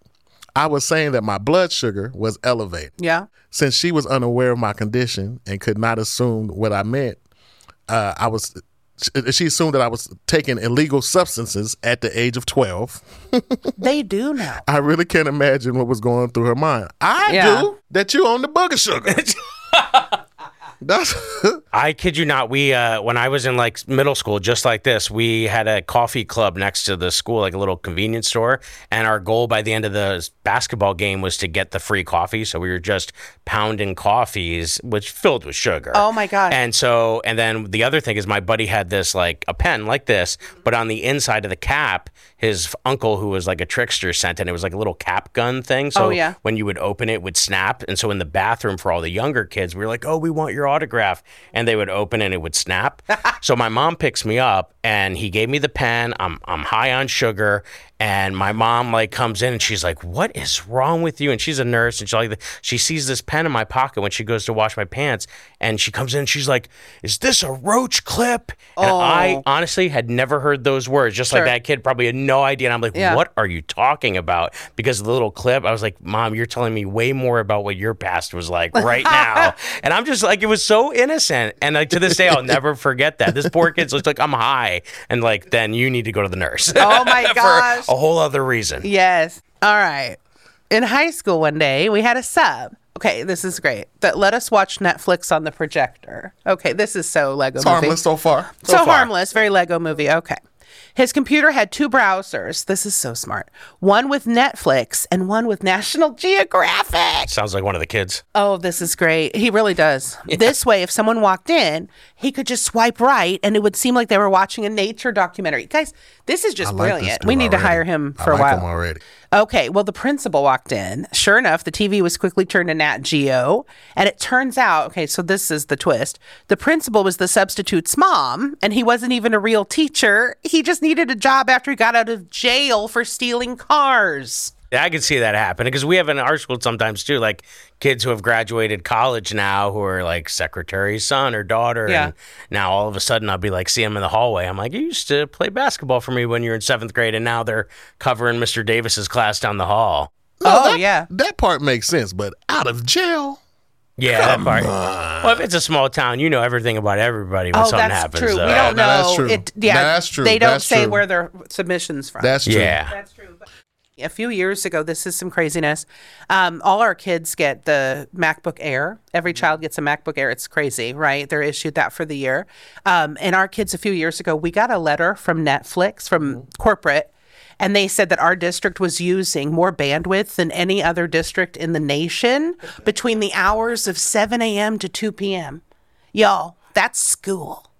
Speaker 1: I was saying that my blood sugar was elevated.
Speaker 2: Yeah.
Speaker 1: Since she was unaware of my condition and could not assume what I meant, uh, I was. she- She assumed that I was taking illegal substances at the age of twelve.
Speaker 2: They do know.
Speaker 1: I really can't imagine what was going through her mind. I
Speaker 2: Yeah.
Speaker 1: do that you on the booger sugar. That's
Speaker 3: I kid you not. We uh, when I was in like middle school, just like this, we had a coffee club next to the school, like a little convenience store. And our goal by the end of the basketball game was to get the free coffee. So we were just pounding coffees, which filled with sugar.
Speaker 2: Oh my God.
Speaker 3: And so, and then the other thing is, my buddy had this like a pen like this, but on the inside of the cap, his uncle who was like a trickster sent, and it was like a little cap gun thing. So
Speaker 2: Oh, yeah.
Speaker 3: when you would open it, it would snap. And so in the bathroom for all the younger kids, we were like, "Oh, we want your autograph," and they would open and it would snap. so my mom picks me up, and he gave me the pen. I'm I'm high on sugar, and my mom like comes in and she's like, "What is wrong with you?" And she's a nurse, and she like she sees this pen in my pocket when she goes to wash my pants, and she comes in, and she's like, "Is this a roach clip?" And I
Speaker 2: Oh.
Speaker 3: honestly had never heard those words. Just
Speaker 2: Sure.
Speaker 3: like that kid probably had no idea. And I'm like,
Speaker 2: Yeah.
Speaker 3: what are you talking about? Because of the little clip, I was like, Mom, you're telling me way more about what your past was like right now. and I'm just like, it was so innocent. And like to this day, I'll never forget that. This poor kid's just like, I'm high. And like, then you need to go to the nurse.
Speaker 2: Oh my
Speaker 3: For
Speaker 2: gosh.
Speaker 3: a whole other reason.
Speaker 2: Yes. All right. In high school one day, we had a sub. Okay, this is great. That let us watch Netflix on the projector. Okay, this is so Lego movie.
Speaker 1: harmless so far.
Speaker 2: So,
Speaker 3: far.
Speaker 2: harmless, very Lego movie. Okay. His computer had two browsers. This is so smart. One with Netflix and one with National Geographic.
Speaker 3: Sounds like one of the kids.
Speaker 2: Oh, this is great. He really does. This way, if someone walked in, he could just swipe right and it would seem like they were watching a nature documentary. Guys, this is
Speaker 1: I
Speaker 2: just
Speaker 1: like this
Speaker 2: brilliant.
Speaker 1: dude
Speaker 2: we need to
Speaker 1: already.
Speaker 2: hire him
Speaker 1: I
Speaker 2: for
Speaker 1: like
Speaker 2: a while.
Speaker 1: Him already.
Speaker 2: Okay, well, the principal walked in. Sure enough, the TV was quickly turned to Nat Geo. And it turns out okay, so this is the twist. The principal was the substitute's mom, and he wasn't even a real teacher. He just needed a job after he got out of jail for stealing cars.
Speaker 3: Yeah, I could see that happening because we have in our school sometimes too, like kids who have graduated college now who are like secretary's son or daughter.
Speaker 2: Yeah.
Speaker 3: And now all of a sudden I'll be like, see them in the hallway. I'm like, you used to play basketball for me when you were in seventh grade, and now they're covering Mr. Davis's class down the hall.
Speaker 2: oh,
Speaker 1: that,
Speaker 2: yeah.
Speaker 1: that part makes sense. But out of jail,
Speaker 3: Yeah, that part. Well, if it's a small town, you know everything about everybody when
Speaker 2: Oh,
Speaker 3: something
Speaker 2: that's
Speaker 3: happens.
Speaker 2: true.
Speaker 3: though.
Speaker 2: we don't
Speaker 1: no,
Speaker 2: know.
Speaker 1: that's true.
Speaker 2: It, yeah,
Speaker 1: That's true.
Speaker 2: They don't
Speaker 1: That's
Speaker 2: say
Speaker 1: true.
Speaker 2: where their submissions from.
Speaker 1: that's true.
Speaker 3: Yeah.
Speaker 2: That's true. But a few years ago, this is some craziness. Um, all our kids get the MacBook Air. Every child gets a MacBook Air. It's crazy, right? They're issued that for the year. Um, and our kids, a few years ago, we got a letter from Netflix, from corporate. And they said that our district was using more bandwidth than any other district in the nation between the hours of 7 a.m. to 2 p.m. Y'all, that's school.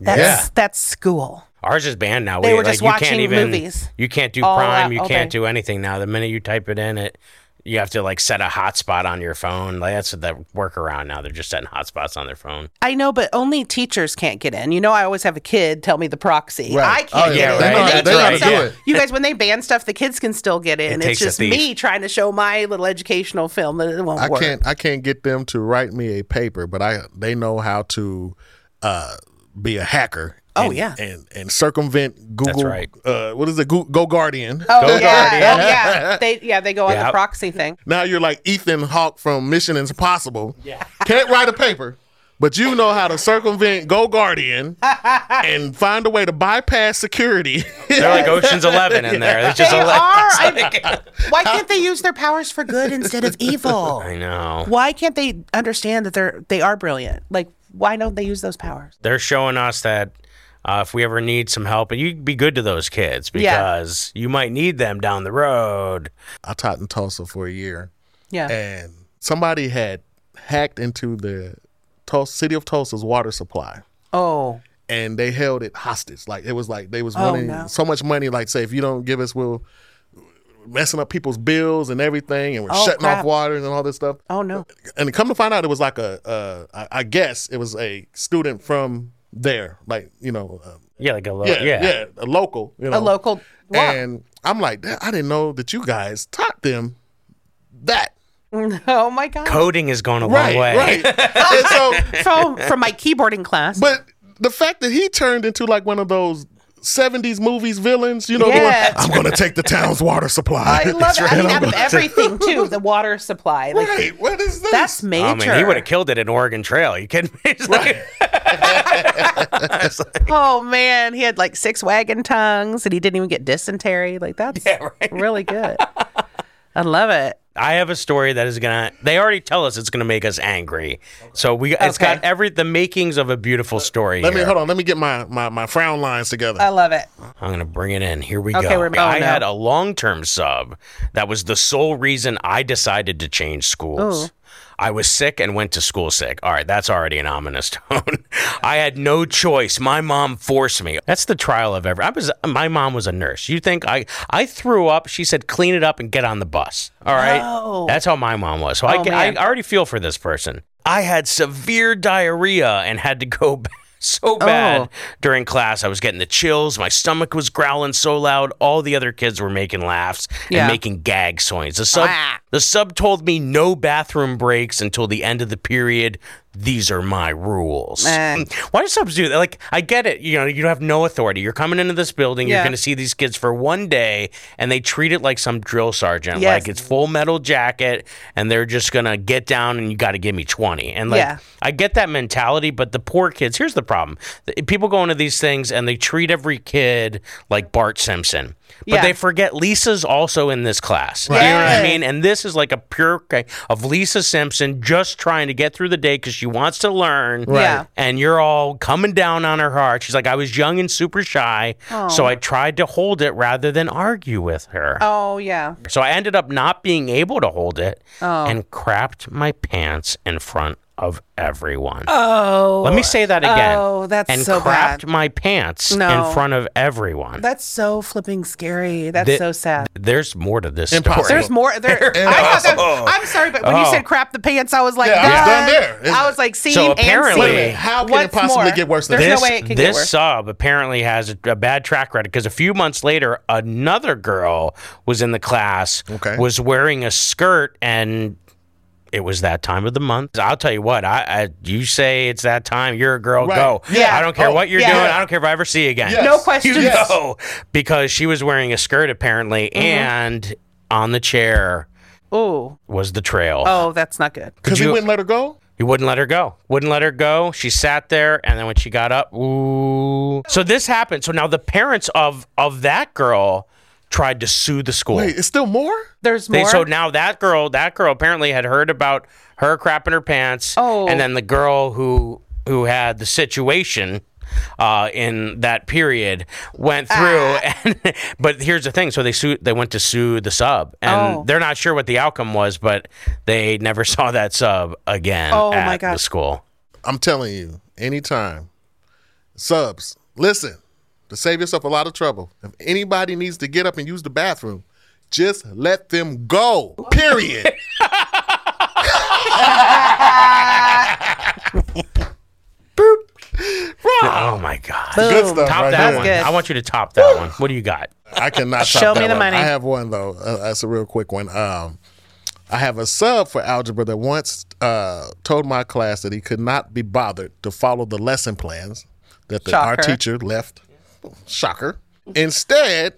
Speaker 2: That's,
Speaker 1: Yeah.
Speaker 2: that's school.
Speaker 3: Ours is banned now.
Speaker 2: They
Speaker 3: we,
Speaker 2: were
Speaker 3: like,
Speaker 2: just
Speaker 3: you
Speaker 2: watching
Speaker 3: can't even,
Speaker 2: movies.
Speaker 3: You can't do
Speaker 2: All
Speaker 3: Prime.
Speaker 2: that
Speaker 3: you
Speaker 2: all
Speaker 3: can't
Speaker 2: day.
Speaker 3: do anything now. The minute you type it in, it you have to like set a hotspot on your phone. Like that's the workaround now. They're just setting hotspots on their phone.
Speaker 2: I know, but only teachers can't get in. You know, I always have a kid tell me the proxy.
Speaker 1: Right.
Speaker 2: I
Speaker 1: Oh,
Speaker 2: can't
Speaker 3: yeah,
Speaker 2: get
Speaker 3: right.
Speaker 2: in. When
Speaker 3: They
Speaker 2: they
Speaker 3: know- they
Speaker 2: ban
Speaker 3: know how
Speaker 2: stuff-
Speaker 3: to do
Speaker 1: it.
Speaker 2: You guys, when they ban stuff, the kids can still get in. it's
Speaker 3: takes a
Speaker 2: just
Speaker 3: thief.
Speaker 2: me trying to show my little educational film that it won't
Speaker 1: I
Speaker 2: work.
Speaker 1: can't I can't get them to write me a paper, but I they know how to uh, be a hacker.
Speaker 2: Oh,
Speaker 1: and-
Speaker 2: yeah.
Speaker 1: and and circumvent Google.
Speaker 3: right.
Speaker 1: Uh, what is it? Go, Go Guardian.
Speaker 2: Oh
Speaker 3: Go
Speaker 2: yeah,
Speaker 3: Guardian.
Speaker 2: oh yeah. They yeah they go on the
Speaker 3: Yep.
Speaker 2: proxy thing.
Speaker 1: Now you're like Ethan Hawke from Mission Impossible. Yeah. Can't write a paper, but you know how to circumvent Go Guardian and find a way to bypass security.
Speaker 3: They're like Ocean's Eleven in there. It's just
Speaker 2: They are.
Speaker 3: ele-
Speaker 2: I- why can't they use their powers for good instead of evil?
Speaker 3: I know.
Speaker 2: Why can't they understand that they're they are brilliant? Like why don't they use those powers?
Speaker 3: They're showing us that uh, if we ever need some help, and you'd be good to those kids because you might need them down the road.
Speaker 1: I taught in Tulsa for a year,
Speaker 2: Yeah.
Speaker 1: and somebody had hacked into the Tul- city of Tulsa's water supply.
Speaker 2: oh.
Speaker 1: and they held it hostage. Like it was like they was
Speaker 2: Oh,
Speaker 1: wanting
Speaker 2: no.
Speaker 1: so much money. Like say if you don't give us, we'll messing up people's bills and everything, and we're
Speaker 2: Oh,
Speaker 1: shutting
Speaker 2: crap.
Speaker 1: off water and all this stuff.
Speaker 2: Oh no.
Speaker 1: And come to find out, it was like a uh, I, I guess it was a student from there, like you know, uh,
Speaker 3: Yeah, like a lo-
Speaker 1: yeah, yeah,
Speaker 3: Oh, yeah.
Speaker 1: a local, you know,
Speaker 2: a local law.
Speaker 1: And I'm like, "That- I didn't know that you guys taught them that.
Speaker 2: oh my god!
Speaker 3: Coding has gone a
Speaker 1: Right,
Speaker 3: long way.
Speaker 1: right. and so,
Speaker 2: from from my keyboarding class.
Speaker 1: but the fact that he turned into like one of those. 70s movies villains, you know, the one,
Speaker 2: Yes.
Speaker 1: I'm gonna take the town's water supply.
Speaker 2: I love it. I mean,
Speaker 1: And
Speaker 2: out
Speaker 1: I'm
Speaker 2: of everything too, the water supply. Like
Speaker 1: like, "Wait, what is this?
Speaker 2: that's major.
Speaker 3: I mean, Oh, he would have killed it at Oregon Trail. You kidding me? It's like- It's like-
Speaker 2: Oh man, he had like six wagon tongues, and he didn't even get dysentery. Like that's really good. I love it.
Speaker 3: I have a story that is gonna. They already tell us it's gonna make us angry. So we. it's
Speaker 2: Okay.
Speaker 3: got every the makings of a beautiful story.
Speaker 1: Let me
Speaker 3: here.
Speaker 1: hold on. Let me get my my, my frown lines together.
Speaker 2: I love it.
Speaker 3: I'm gonna bring it in. Here we
Speaker 2: Okay,
Speaker 3: go.
Speaker 2: we're
Speaker 3: I
Speaker 2: going now.
Speaker 3: had a long-term sub that was the sole reason I decided to change schools. I was sick and went to school sick. All right, that's already an ominous tone. I had no choice. My mom forced me. That's the trial of every. I was. My mom was a nurse. You think I? I threw up. She said, "Clean it up and get on the bus." All right.
Speaker 2: No.
Speaker 3: That's how my mom was. So I,
Speaker 2: Oh,
Speaker 3: ge- I
Speaker 2: man.
Speaker 3: already feel for this person. I had severe diarrhea and had to go back so bad
Speaker 2: Oh.
Speaker 3: during class. I was getting the chills. My stomach was growling so loud. All the other kids were making laughs and
Speaker 2: Yeah.
Speaker 3: making gag sounds. The sub,
Speaker 2: Ah.
Speaker 3: the sub told me no bathroom breaks until the end of the period. These are my rules.
Speaker 2: Man.
Speaker 3: Why do subs do that? Like, I get it. You know, you have no authority. You're coming into this building. You're
Speaker 2: Yeah.
Speaker 3: going to see these kids for one day, and they treat it like some drill sergeant.
Speaker 2: Yes.
Speaker 3: Like it's full metal jacket, and they're just going to get down and you got to give me 20. And like,
Speaker 2: Yeah.
Speaker 3: I get that mentality, but the poor kids, here's the problem. The- People go into these things and they treat every kid like Bart Simpson. But
Speaker 2: Yeah.
Speaker 3: they forget Lisa's also in this class. You know what I
Speaker 2: Yes.
Speaker 3: mean? And this is like a pure ca- of Lisa Simpson just trying to get through the day because she wants to learn.
Speaker 2: Right. Yeah.
Speaker 3: And you're all coming down on her hard. She's like, I was young and super shy, so I tried to hold it rather than argue with her.
Speaker 2: Oh yeah.
Speaker 3: So I ended up not being able to hold it
Speaker 2: Oh.
Speaker 3: and crapped my pants in front of everyone.
Speaker 2: Oh.
Speaker 3: Let me say that again.
Speaker 2: Oh, that's
Speaker 3: and
Speaker 2: so
Speaker 3: crapped
Speaker 2: bad.
Speaker 3: my pants
Speaker 2: No.
Speaker 3: in front of everyone.
Speaker 2: That's so flipping scary. That's
Speaker 3: The-
Speaker 2: so sad.
Speaker 3: There's more to this
Speaker 1: Impossible.
Speaker 3: story.
Speaker 2: There's more. There, I thought that, I'm sorry, but when you said crap the pants, I was like,
Speaker 1: Oh. Yeah, I was done
Speaker 2: done.
Speaker 1: there. It's-
Speaker 2: I was like, scene
Speaker 3: apparently-
Speaker 2: and
Speaker 3: Wait a
Speaker 2: scene.
Speaker 3: minute,
Speaker 1: how can it
Speaker 2: What's
Speaker 1: possibly
Speaker 2: more?
Speaker 1: get worse than
Speaker 2: There's
Speaker 3: this,
Speaker 2: no way it can get
Speaker 3: this
Speaker 2: worse.
Speaker 3: sub apparently has a, a bad track record because a few months later, another girl was in the class,
Speaker 1: Okay.
Speaker 3: was wearing a skirt, and it was that time of the month. I'll tell you what, I, I you say it's that time, you're a girl,
Speaker 1: Right.
Speaker 3: go.
Speaker 2: Yeah.
Speaker 3: I don't care
Speaker 1: Oh,
Speaker 3: what you're
Speaker 2: yeah.
Speaker 3: doing. I don't care if I ever see you again.
Speaker 1: Yes.
Speaker 2: No questions.
Speaker 3: You
Speaker 1: Yes.
Speaker 3: go because she was wearing a skirt apparently,
Speaker 2: Mm-hmm.
Speaker 3: and on the chair
Speaker 2: Oh,
Speaker 3: was the trail.
Speaker 2: oh, that's not good.
Speaker 1: Because he
Speaker 3: you-
Speaker 1: wouldn't let her go.
Speaker 3: He wouldn't let her go. Wouldn't let her go. She sat there, and then when she got up, ooh. So this happened. So now the parents of of that girl tried to sue the school.
Speaker 1: Wait, it's still more.
Speaker 2: There's
Speaker 3: They-
Speaker 2: more.
Speaker 3: so now that girl, that girl apparently had heard about her crapping her pants,
Speaker 2: Oh.
Speaker 3: and then the girl who who had the situation uh, in that period went
Speaker 2: Ah.
Speaker 3: through. And, but here's the thing: so they sued. They went to sue the sub, and
Speaker 2: Oh.
Speaker 3: they're not sure what the outcome was, but they never saw that sub again
Speaker 2: Oh,
Speaker 3: at
Speaker 2: my
Speaker 3: the
Speaker 2: gosh.
Speaker 3: school.
Speaker 1: I'm telling you, anytime. Subs, listen, to save yourself a lot of trouble, if anybody needs to get up and use the bathroom, just let them go. Period.
Speaker 3: Oh my god.
Speaker 1: Good
Speaker 2: Boom.
Speaker 1: stuff
Speaker 3: Top
Speaker 1: right
Speaker 3: that
Speaker 1: there.
Speaker 3: one.
Speaker 2: Ah. good.
Speaker 3: I want you to top that one. What do you got?
Speaker 1: I cannot top
Speaker 2: Show
Speaker 1: that
Speaker 2: me the
Speaker 1: one.
Speaker 2: money.
Speaker 1: I have one though. Uh, that's a real quick one. Um, I have a sub for algebra that once uh, told my class that he could not be bothered to follow the lesson plans that the, our
Speaker 2: Shocker.
Speaker 1: teacher left. Shocker. Instead,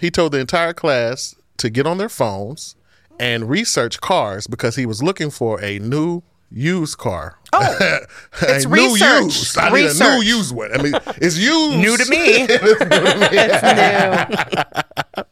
Speaker 1: he told the entire class to get on their phones and research cars because he was looking for a new used car. Oh,
Speaker 2: it's research.
Speaker 1: I
Speaker 2: Research.
Speaker 1: need a new used one. I mean, it's used.
Speaker 3: New to me.
Speaker 2: It's new.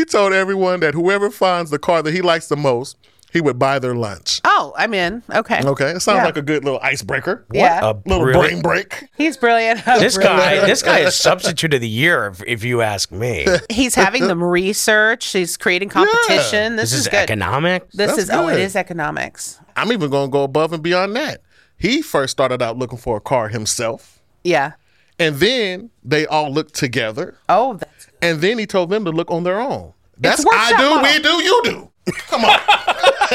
Speaker 1: He told everyone that whoever finds the car that he likes the most, he would buy their lunch.
Speaker 2: Oh, I'm in. Okay.
Speaker 1: Okay, it sounds
Speaker 2: Yeah.
Speaker 1: like a good little icebreaker.
Speaker 2: Yeah.
Speaker 3: A
Speaker 1: Little brain
Speaker 3: brilliant-
Speaker 1: break.
Speaker 2: He's brilliant.
Speaker 3: This guy, this guy is substitute of the year, if, if you ask me.
Speaker 2: He's having them research. He's creating competition. This,
Speaker 3: This
Speaker 2: is,
Speaker 3: is
Speaker 2: good.
Speaker 3: economic.
Speaker 2: this
Speaker 1: That's
Speaker 2: is oh, it
Speaker 1: good.
Speaker 2: is economics.
Speaker 1: I'm even going to go above and beyond that. He first started out looking for a car himself,
Speaker 2: Yeah.
Speaker 1: and then they all looked together,
Speaker 2: Oh, that's
Speaker 1: and then he told them to look on their own. That's
Speaker 2: workshop
Speaker 1: I do,
Speaker 2: model.
Speaker 1: we do, you do. Come on.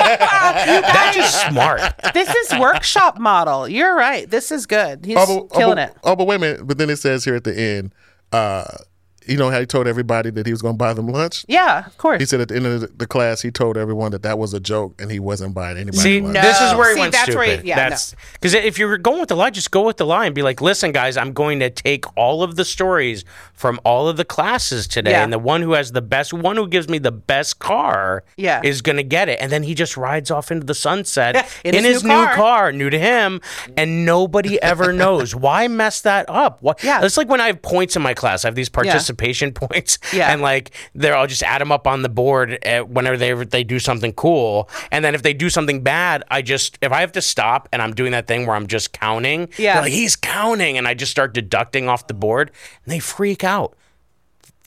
Speaker 3: That's just smart.
Speaker 2: This is workshop model. You're right. This is good. He's
Speaker 1: oh, but,
Speaker 2: killing
Speaker 1: oh,
Speaker 2: it.
Speaker 1: but, oh, but wait a minute. But then it says here at the end, uh, you know how he told everybody that he was going to buy them lunch?
Speaker 2: Yeah, of course.
Speaker 1: He said at the end of the- the class, he told everyone that that was a joke and he wasn't buying anybody
Speaker 3: See,
Speaker 1: lunch.
Speaker 3: this is where he
Speaker 2: See,
Speaker 3: went
Speaker 2: that's where
Speaker 3: stupid.
Speaker 2: he- yeah, no.
Speaker 3: that's because if you're going with the lie, just go with the lie and be like, "Listen, guys, I'm going to take all of the stories from all of the classes today,
Speaker 2: Yeah.
Speaker 3: and the one who has the best, one who gives me the best car,
Speaker 2: Yeah.
Speaker 3: is going to get it." And then he just rides off into the sunset
Speaker 2: In
Speaker 3: in,
Speaker 2: his
Speaker 3: his,
Speaker 2: new
Speaker 3: new,
Speaker 2: car.
Speaker 3: car. new to him, and nobody ever knows why mess that up. Why?
Speaker 2: Yeah.
Speaker 3: it's like when I have points in my class, I have these participation points,
Speaker 2: Yeah.
Speaker 3: and like they're I'll just add them up on the board uh whenever they they do something cool, and then if they do something bad, I just if I have to stop and I'm doing that thing where I'm just counting, they're
Speaker 2: Yeah.
Speaker 3: like, he's counting, and I just start deducting off the board, and they freak out.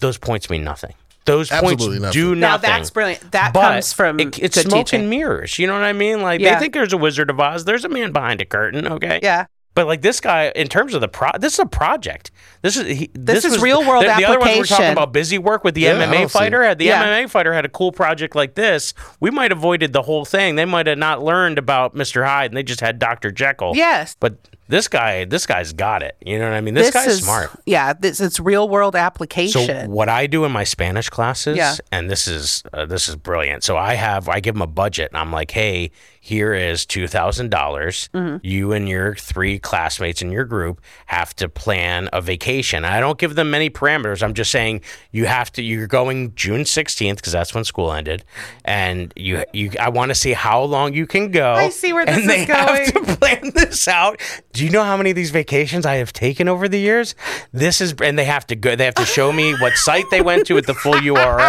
Speaker 3: Those points mean nothing. Those
Speaker 1: Absolutely
Speaker 3: points
Speaker 1: nothing.
Speaker 3: do nothing.
Speaker 2: Now that's brilliant. That
Speaker 3: But
Speaker 2: comes from
Speaker 3: it, it's
Speaker 2: good
Speaker 3: smoke
Speaker 2: teaching.
Speaker 3: and mirrors. You know what I mean? Like
Speaker 2: Yeah.
Speaker 3: they think there's a Wizard of Oz. There's a man behind a curtain. Okay.
Speaker 2: Yeah.
Speaker 3: But like this guy, in terms of the pro, this is a project. This is he, this,
Speaker 2: is
Speaker 3: was-
Speaker 2: real world
Speaker 3: the, The other ones we're
Speaker 2: application.
Speaker 3: talking about busy work with the
Speaker 1: Yeah, I don't
Speaker 3: MMA
Speaker 1: see
Speaker 3: fighter. Had the
Speaker 2: Yeah.
Speaker 3: MMA fighter had a cool project like this, we might have avoided the whole thing. They might have not learned about Mister Hyde, and they just had Doctor Jekyll.
Speaker 2: Yes.
Speaker 3: But this guy, this guy's got it. You know what I mean? This, guy's
Speaker 2: is
Speaker 3: smart.
Speaker 2: Yeah, this it's real world application.
Speaker 3: So what I do in my Spanish classes,
Speaker 2: Yeah.
Speaker 3: and this is uh, this is brilliant. So I have I give them a budget, and I'm like, hey, here is two dollars.
Speaker 2: Mm-hmm.
Speaker 3: You and your three classmates in your group have to plan a vacation. I don't give them many parameters. I'm just saying you have to. You're going June 16th because that's when school ended, and you you I want to see how long you can go.
Speaker 2: I see where this
Speaker 3: and they
Speaker 2: is
Speaker 3: have
Speaker 2: going.
Speaker 3: to plan this out. Do you know how many of these vacations I have taken over the years? This is, and they have to go. They have to show me what site they went to with the full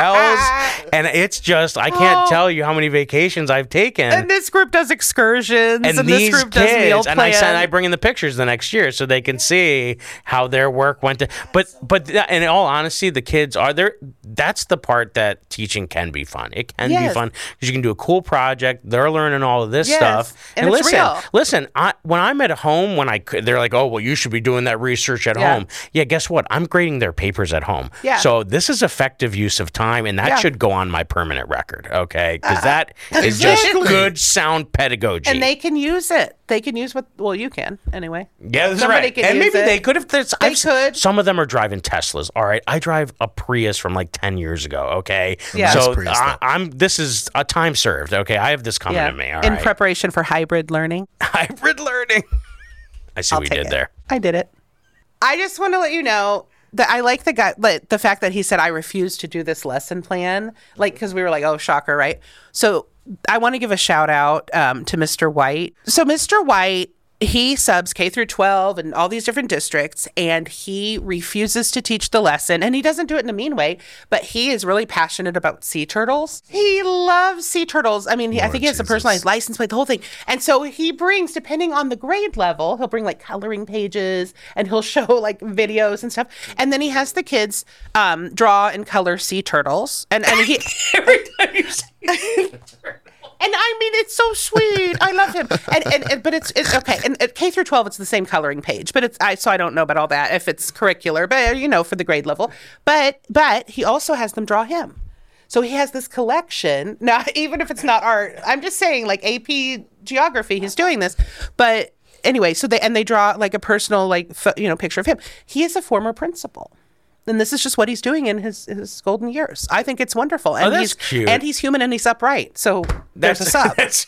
Speaker 3: URLs, and it's just I can't
Speaker 2: Oh.
Speaker 3: tell you how many vacations I've taken.
Speaker 2: and this group does excursions, and,
Speaker 3: And
Speaker 2: this
Speaker 3: these
Speaker 2: group does meal
Speaker 3: kids,
Speaker 2: plan.
Speaker 3: and I send, I bring in the pictures the next year so they can see how their work went to. But, but th- in all honesty, the kids are there. That's the part that teaching can be fun. It can
Speaker 2: Yes.
Speaker 3: be fun because you can do a cool project. They're learning all of this
Speaker 2: Yes,
Speaker 3: stuff.
Speaker 2: and it's
Speaker 3: listen,
Speaker 2: real.
Speaker 3: listen. I, when I'm at home, when I c- they're like, oh well, you should be doing that research at
Speaker 2: Yeah.
Speaker 3: home. Yeah, guess what? I'm grading their papers at home.
Speaker 2: Yeah.
Speaker 3: So this is effective use of time, and that
Speaker 2: Yeah. Uh,
Speaker 3: should go on my permanent record. Okay, because that is
Speaker 1: Exactly.
Speaker 3: just good sound pedagogy.
Speaker 2: and they can use it. They can use what? Well, you can anyway.
Speaker 3: Yeah, that's
Speaker 2: Somebody
Speaker 3: right.
Speaker 2: could
Speaker 3: and
Speaker 2: use
Speaker 3: maybe
Speaker 2: it.
Speaker 3: they could have. There's,
Speaker 2: They
Speaker 3: I've s-
Speaker 2: could.
Speaker 3: Some of them are driving Teslas. All right, I drive a Prius from like ten years ago. Okay,
Speaker 2: Yeah.
Speaker 3: so
Speaker 1: Nice Prius,
Speaker 3: I,
Speaker 1: though.
Speaker 3: I'm. This is a time served. Okay, I have this coming
Speaker 2: Yeah,
Speaker 3: to me. All
Speaker 2: in
Speaker 3: right,
Speaker 2: preparation for hybrid learning.
Speaker 3: hybrid learning. I see what we
Speaker 2: take
Speaker 3: did
Speaker 2: it.
Speaker 3: there.
Speaker 2: I did it. I just want to let you know that I like the guy, like, the fact that he said I refuse to do this lesson plan, like because we were like, oh shocker, right? So I want to give a shout out um, to Mr. White. So Mr. White. He subs K through 12 and all these different districts, and he refuses to teach the lesson. And he doesn't do it in a mean way, but he is really passionate about sea turtles. He loves sea turtles. I mean, he, I
Speaker 1: Lord
Speaker 2: think he has a
Speaker 1: Jesus.
Speaker 2: personalized license plate, the whole thing. And so he brings, depending on the grade level, he'll bring like coloring pages and he'll show like videos and stuff. And then he has the kids um, draw and color sea turtles. And and he and I mean it's so sweet. I love him. And and, and but it's it's okay. And at K through twelve, it's the same coloring page. But it's I so I don't know about all that if it's curricular, but uh, you know for the grade level. But but he also has them draw him. So he has this collection. Now even if it's not art, I'm just saying like AP geography, he's doing this. But anyway, so they and they draw like a personal like pho- you know picture of him. He is a former principal. And this is just what he's doing in his, his golden years. I think it's wonderful. And
Speaker 3: that's
Speaker 2: he's
Speaker 3: cute.
Speaker 2: and he's human and he's upright. So there's a sub.
Speaker 3: that's-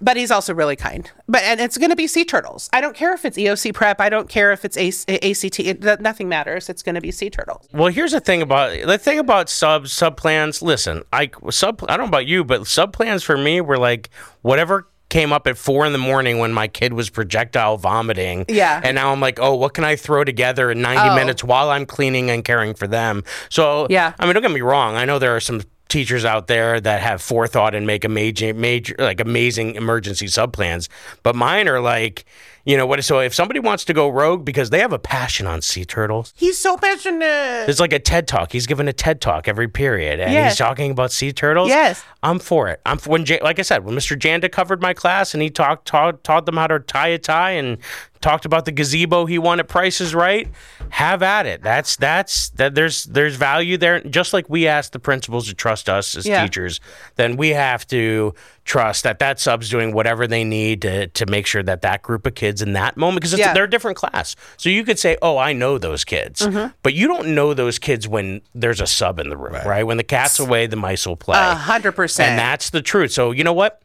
Speaker 2: But he's also really kind. But and it's going to be sea turtles. I don't care if it's EOC prep. I don't care if it's A- ACT. It, that- nothing matters. It's going to be sea turtles.
Speaker 3: Well, here's the thing about the thing about sub sub plans. Listen, I sub. I don't know about you, but sub plans for me were like whatever came up at four in the morning when my kid was projectile vomiting.
Speaker 2: Yeah.
Speaker 3: And now I'm like, oh, what can I throw together in 90
Speaker 2: Oh.
Speaker 3: minutes while I'm cleaning and caring for them? So
Speaker 2: Yeah.
Speaker 3: I mean, don't get me wrong. I know there are some teachers out there that have forethought and make amazing, major, like amazing emergency sub plans. But mine are like, you know what? So if somebody wants to go rogue because they have a passion on sea turtles.
Speaker 2: He's so passionate.
Speaker 3: It's like a TED talk. He's giving a TED talk every period, and
Speaker 2: Yes.
Speaker 3: he's talking about sea turtles.
Speaker 2: Yes.
Speaker 3: I'm for it. I'm for, when, J- like I said, when Mr. Janda covered my class and he talked taught, taught them how to tie a tie and Talked about the gazebo he won at Prices Right. Have at it. That's that's that. There's there's value there. Just like we asked the principals to trust us as
Speaker 2: Yeah.
Speaker 3: teachers, then we have to trust that that sub's doing whatever they need to to make sure that that group of kids in that moment because
Speaker 2: Yeah.
Speaker 3: they're a different class. So you could say, "Oh, I know those kids,"
Speaker 2: Mm-hmm.
Speaker 3: but you don't know those kids when there's a sub in the room, right? When the cat's away, the mice will play.
Speaker 2: A hundred percent.
Speaker 3: And that's the truth. So you know what?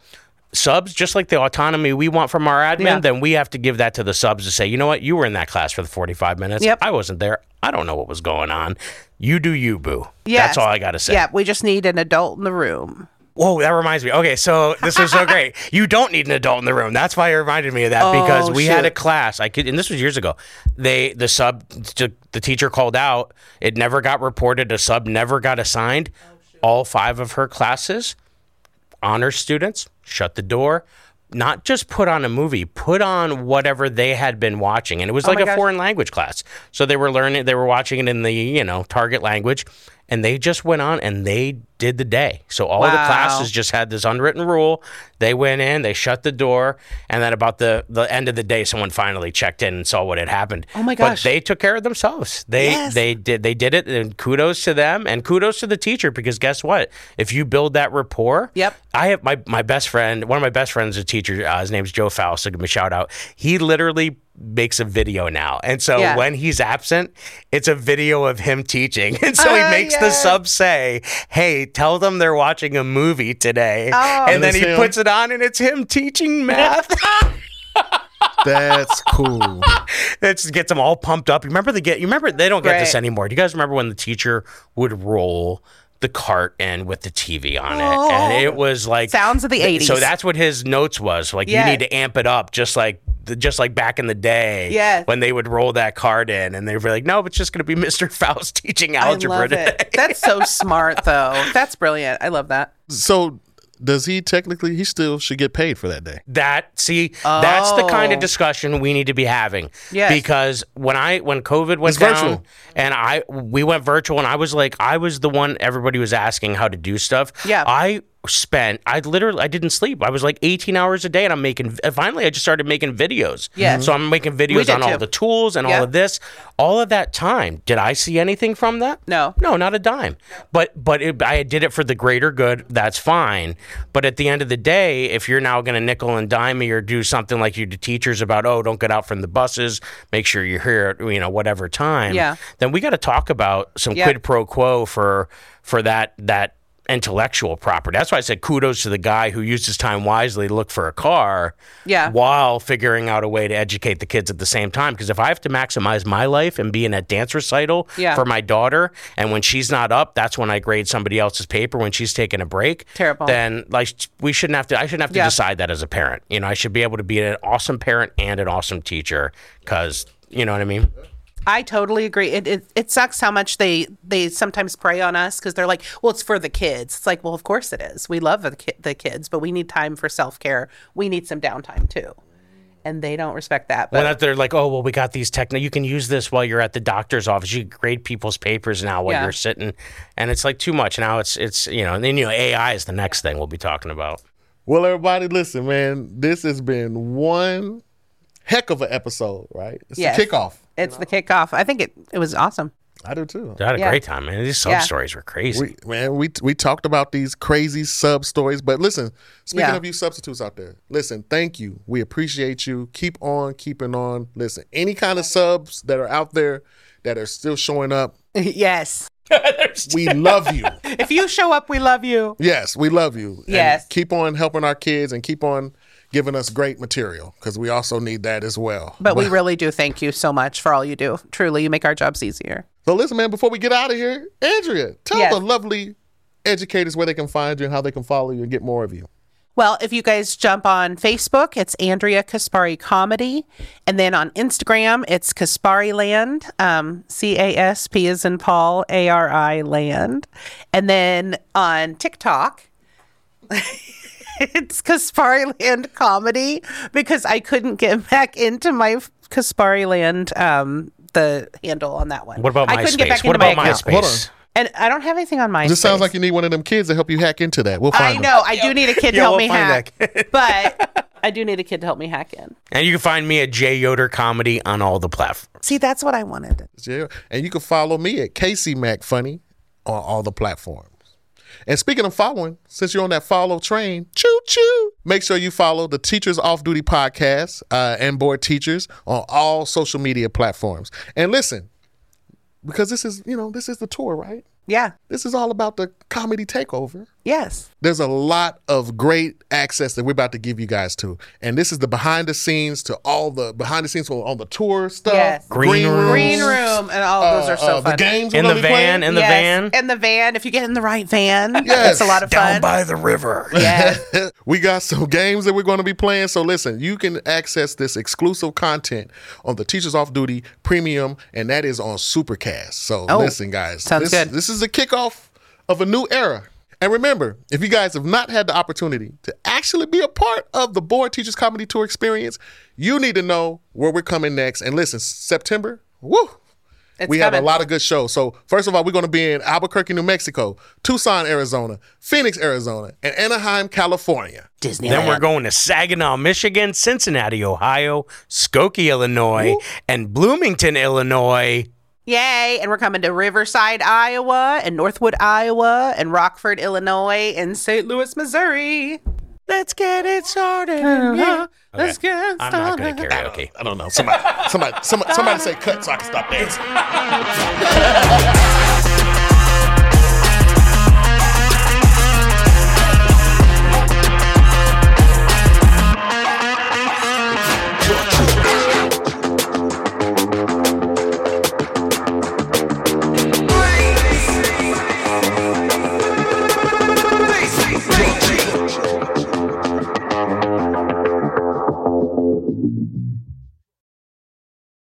Speaker 3: Subs, just like the autonomy we want from our admin,
Speaker 2: Yeah.
Speaker 3: then we have to give that to the subs to say, you know what, you were in that class for the 45 minutes.
Speaker 2: Yep.
Speaker 3: I wasn't there. I don't know what was going on. You do you, boo. That's
Speaker 2: Yes.
Speaker 3: all I got to say.
Speaker 2: Yeah, we just need an adult in the room.
Speaker 3: Whoa, that reminds me. Okay, so this was so great. You don't need an adult in the room. That's why it reminded me of that
Speaker 2: Oh,
Speaker 3: because we had a
Speaker 2: shoot.
Speaker 3: class. I could, and this was years ago. They the sub the teacher called out. It never got reported. A sub never got assigned.
Speaker 2: Oh,
Speaker 3: All five of her classes, honor students, shut the door. Not just put on a movie, put on whatever they had been watching, and it was like
Speaker 2: Oh my
Speaker 3: a
Speaker 2: gosh.
Speaker 3: foreign language class. So they were learning. They were watching it in the you know target language. And they just went on and they did the day. So all the
Speaker 2: Wow.
Speaker 3: classes just had this unwritten rule. They went in, they shut the door, and then about the, the end of the day, someone finally checked in and saw what had happened.
Speaker 2: Oh my
Speaker 3: But
Speaker 2: gosh.
Speaker 3: they took care of themselves. They
Speaker 2: Yes.
Speaker 3: they did they did it, and kudos to them, and kudos to the teacher because guess what? If you build that rapport,
Speaker 2: Yep.
Speaker 3: I have my my best friend, one of my best friends, is a teacher. Uh, his name's Joe Faust. So give him a shout out. He literally makes a video now, and so
Speaker 2: Yeah.
Speaker 3: when he's absent, it's a video of him teaching, and so he
Speaker 2: Ah,
Speaker 3: makes the
Speaker 2: yes.
Speaker 3: sub say, "Hey, tell them they're watching a movie today,"
Speaker 2: Oh.
Speaker 3: and,
Speaker 1: And
Speaker 3: then
Speaker 1: it's
Speaker 3: he
Speaker 1: him.
Speaker 3: puts it on, and it's him teaching math.
Speaker 1: That's cool.
Speaker 3: That's gets them all pumped up. You remember they get you remember they don't get this
Speaker 2: Right.
Speaker 3: anymore. Do you guys remember when the teacher would roll the cart in with the TV on it? And it was like
Speaker 2: Oh. Sounds of the
Speaker 3: th- So
Speaker 2: 80s.
Speaker 3: that's what his notes was. Like
Speaker 2: Yeah.
Speaker 3: you need to amp it up just like just like back in the day
Speaker 2: Yes.
Speaker 3: when they would roll that card in and they were like, No, it's just gonna be Mr. Faust teaching algebra
Speaker 2: I love
Speaker 3: today.
Speaker 2: it. That's so smart, though. That's brilliant. I love that.
Speaker 1: so does he technically? He still should get paid for that day.
Speaker 3: That see, that's the kind of
Speaker 2: Oh.
Speaker 3: discussion we need to be having.
Speaker 2: Yes.
Speaker 3: Because when I when COVID went
Speaker 1: It's
Speaker 3: down
Speaker 1: virtual.
Speaker 3: and I we went virtual and I was like I was the one everybody was asking how to do stuff.
Speaker 2: Yeah.
Speaker 3: I spent I literally I didn't sleep. I was like 18 hours a day and I'm making finally I just started making videos.
Speaker 2: Yeah.
Speaker 3: So I'm making
Speaker 2: We
Speaker 3: videos
Speaker 2: did
Speaker 3: on all
Speaker 2: too.
Speaker 3: the tools and
Speaker 2: Yeah.
Speaker 3: all of this. All of that time, did I see anything from that?
Speaker 2: No.
Speaker 3: No, not a dime. But but it, I did it for the greater good. That's fine. But at the end of the day, if you're now going to nickel and dime me or do something like you do teachers about, oh, don't get out from the buses, make sure you're here, at, you know, whatever time.
Speaker 2: Yeah.
Speaker 3: Then we got to talk about some
Speaker 2: Yeah.
Speaker 3: quid pro quo for for that that intellectual property. That's why I said kudos to the guy who used his time wisely to look for a car.
Speaker 2: Yeah.
Speaker 3: While figuring out a way to educate the kids at the same time. Because if I have to maximize my life and be in a dance recital
Speaker 2: Yeah.
Speaker 3: for my daughter, and when she's not up, that's when I grade somebody else's paper when she's taking a break.
Speaker 2: Terrible.
Speaker 3: Then like we shouldn't have to I shouldn't have to
Speaker 2: Yeah.
Speaker 3: decide that as a parent. You know, I should be able to be an awesome parent and an awesome teacher because you know what I mean?
Speaker 2: I totally agree. It, it it sucks how much they they sometimes prey on us because they're like, well, it's for the kids. It's like, well, of course it is. We love the, ki- the kids, but we need time for self care. We need some downtime too, and they don't respect that. But
Speaker 3: Well, that they're like, oh, well, we got these techno. You can use this while you're at the doctor's office. You can grade people's papers now while
Speaker 2: Yeah.
Speaker 3: you're sitting, and it's like too much. Now it's it's you know, and then you know, AI is the next thing we'll be talking about.
Speaker 1: Well, everybody, listen, man. This has been one heck of an episode, right? It's
Speaker 2: Yes.
Speaker 1: the kickoff.
Speaker 2: it's the kickoff. I think it it was awesome.
Speaker 1: I do too.
Speaker 3: I had a
Speaker 2: Yeah.
Speaker 3: great time, man. These sub
Speaker 2: Yeah.
Speaker 3: stories were crazy.
Speaker 1: We, man, we we talked about these crazy sub stories, but listen, speaking
Speaker 2: Yeah.
Speaker 1: of you substitutes out there, listen, thank you. We appreciate you. Keep on keeping on. Listen, any kind of subs that are out there that are still showing up,
Speaker 2: yes,
Speaker 1: we love you.
Speaker 2: if you show up, we love you.
Speaker 1: Yes, we love you. And
Speaker 2: Yes.
Speaker 1: keep on helping our kids and keep on giving us great material because we also need that as well.
Speaker 2: But we really do thank you so much for all you do. Truly, you make our jobs easier.
Speaker 1: So listen, man, before we get out of here, Andrea, tell
Speaker 2: Yes.
Speaker 1: the lovely educators where they can find you and how they can follow you and get more of you.
Speaker 2: Well, if you guys jump on Facebook, it's Andrea Kaspari Comedy. And then on Instagram, it's Kaspari Land, um, C A S P is in Paul, A R I Land. And then on TikTok, it's Kaspari Land Comedy because I couldn't get back into my Kaspari Land, um, the handle on that one.
Speaker 3: What about
Speaker 2: I couldn't get back
Speaker 3: MySpace? What
Speaker 2: into
Speaker 3: about
Speaker 2: my account.
Speaker 3: MySpace?
Speaker 2: And I don't have anything on my.
Speaker 1: Just sounds like you need one of them kids to help you hack into that. We'll
Speaker 2: I
Speaker 1: find them.
Speaker 2: know. I do need a kid to
Speaker 3: Yeah,
Speaker 2: help
Speaker 3: we'll
Speaker 2: me
Speaker 3: find
Speaker 2: hack,
Speaker 3: that
Speaker 2: but I do need a kid to help me hack in.
Speaker 3: And you can find me at J Yoder Comedy on all the platforms.
Speaker 2: See, that's what I wanted.
Speaker 1: Yeah. And you can follow me at Casey Mac Funny on all the platforms. And speaking of following, since you're on that follow train, choo choo, make sure you follow the Teachers Off Duty podcast uh, and Board Teachers on all social media platforms. And listen, because this is, you know, this is the tour, right?
Speaker 2: Yeah.
Speaker 1: This is all about the comedy takeover.
Speaker 2: Yes.
Speaker 1: There's a lot of great access that we're about to give you guys to. And this is the behind the scenes to all the behind the scenes on on the tour stuff.
Speaker 2: Yes.
Speaker 3: Green room.
Speaker 2: Green room and all of those are so
Speaker 1: uh,
Speaker 2: fun.
Speaker 1: The games we're
Speaker 3: In the
Speaker 1: gonna be playing.
Speaker 3: van, in the
Speaker 2: Yes,
Speaker 3: van,
Speaker 2: In the van. If you get in the right van,
Speaker 1: Yes.
Speaker 2: it's a lot of
Speaker 3: down
Speaker 2: fun.
Speaker 3: by the river.
Speaker 2: yeah.
Speaker 1: we got some games that we're going to be playing. So listen, you can access this exclusive content on the Teachers Off Duty Premium, and that is on Supercast. So
Speaker 2: Oh,
Speaker 1: listen, guys,
Speaker 2: sounds
Speaker 1: this,
Speaker 2: good.
Speaker 1: this is the kickoff of a new era. And remember, if you guys have not had the opportunity to actually be a part of the Board Teachers Comedy Tour experience, you need to know where we're coming next. And listen, September, woo,
Speaker 2: It's
Speaker 1: we have a
Speaker 2: coming.
Speaker 1: lot of good shows. So first of all, we're going to be in Albuquerque, New Mexico, Tucson, Arizona, Phoenix, Arizona, and Anaheim, California.
Speaker 2: Disney.
Speaker 3: Then we're going to Saginaw, Michigan, Cincinnati, Ohio, Skokie, Illinois, and Bloomington, Illinois.
Speaker 2: Yay. And we're coming to Riverside, Iowa, and Northwood, Iowa, and Rockford, Illinois, and St. Louis, Missouri. Let's get it started. Yeah. Let's get it
Speaker 3: Uh-huh. I'm not good at
Speaker 2: started.
Speaker 3: karaoke.
Speaker 1: I don't know. Somebody, somebody, somebody, somebody say cut so I can stop dancing.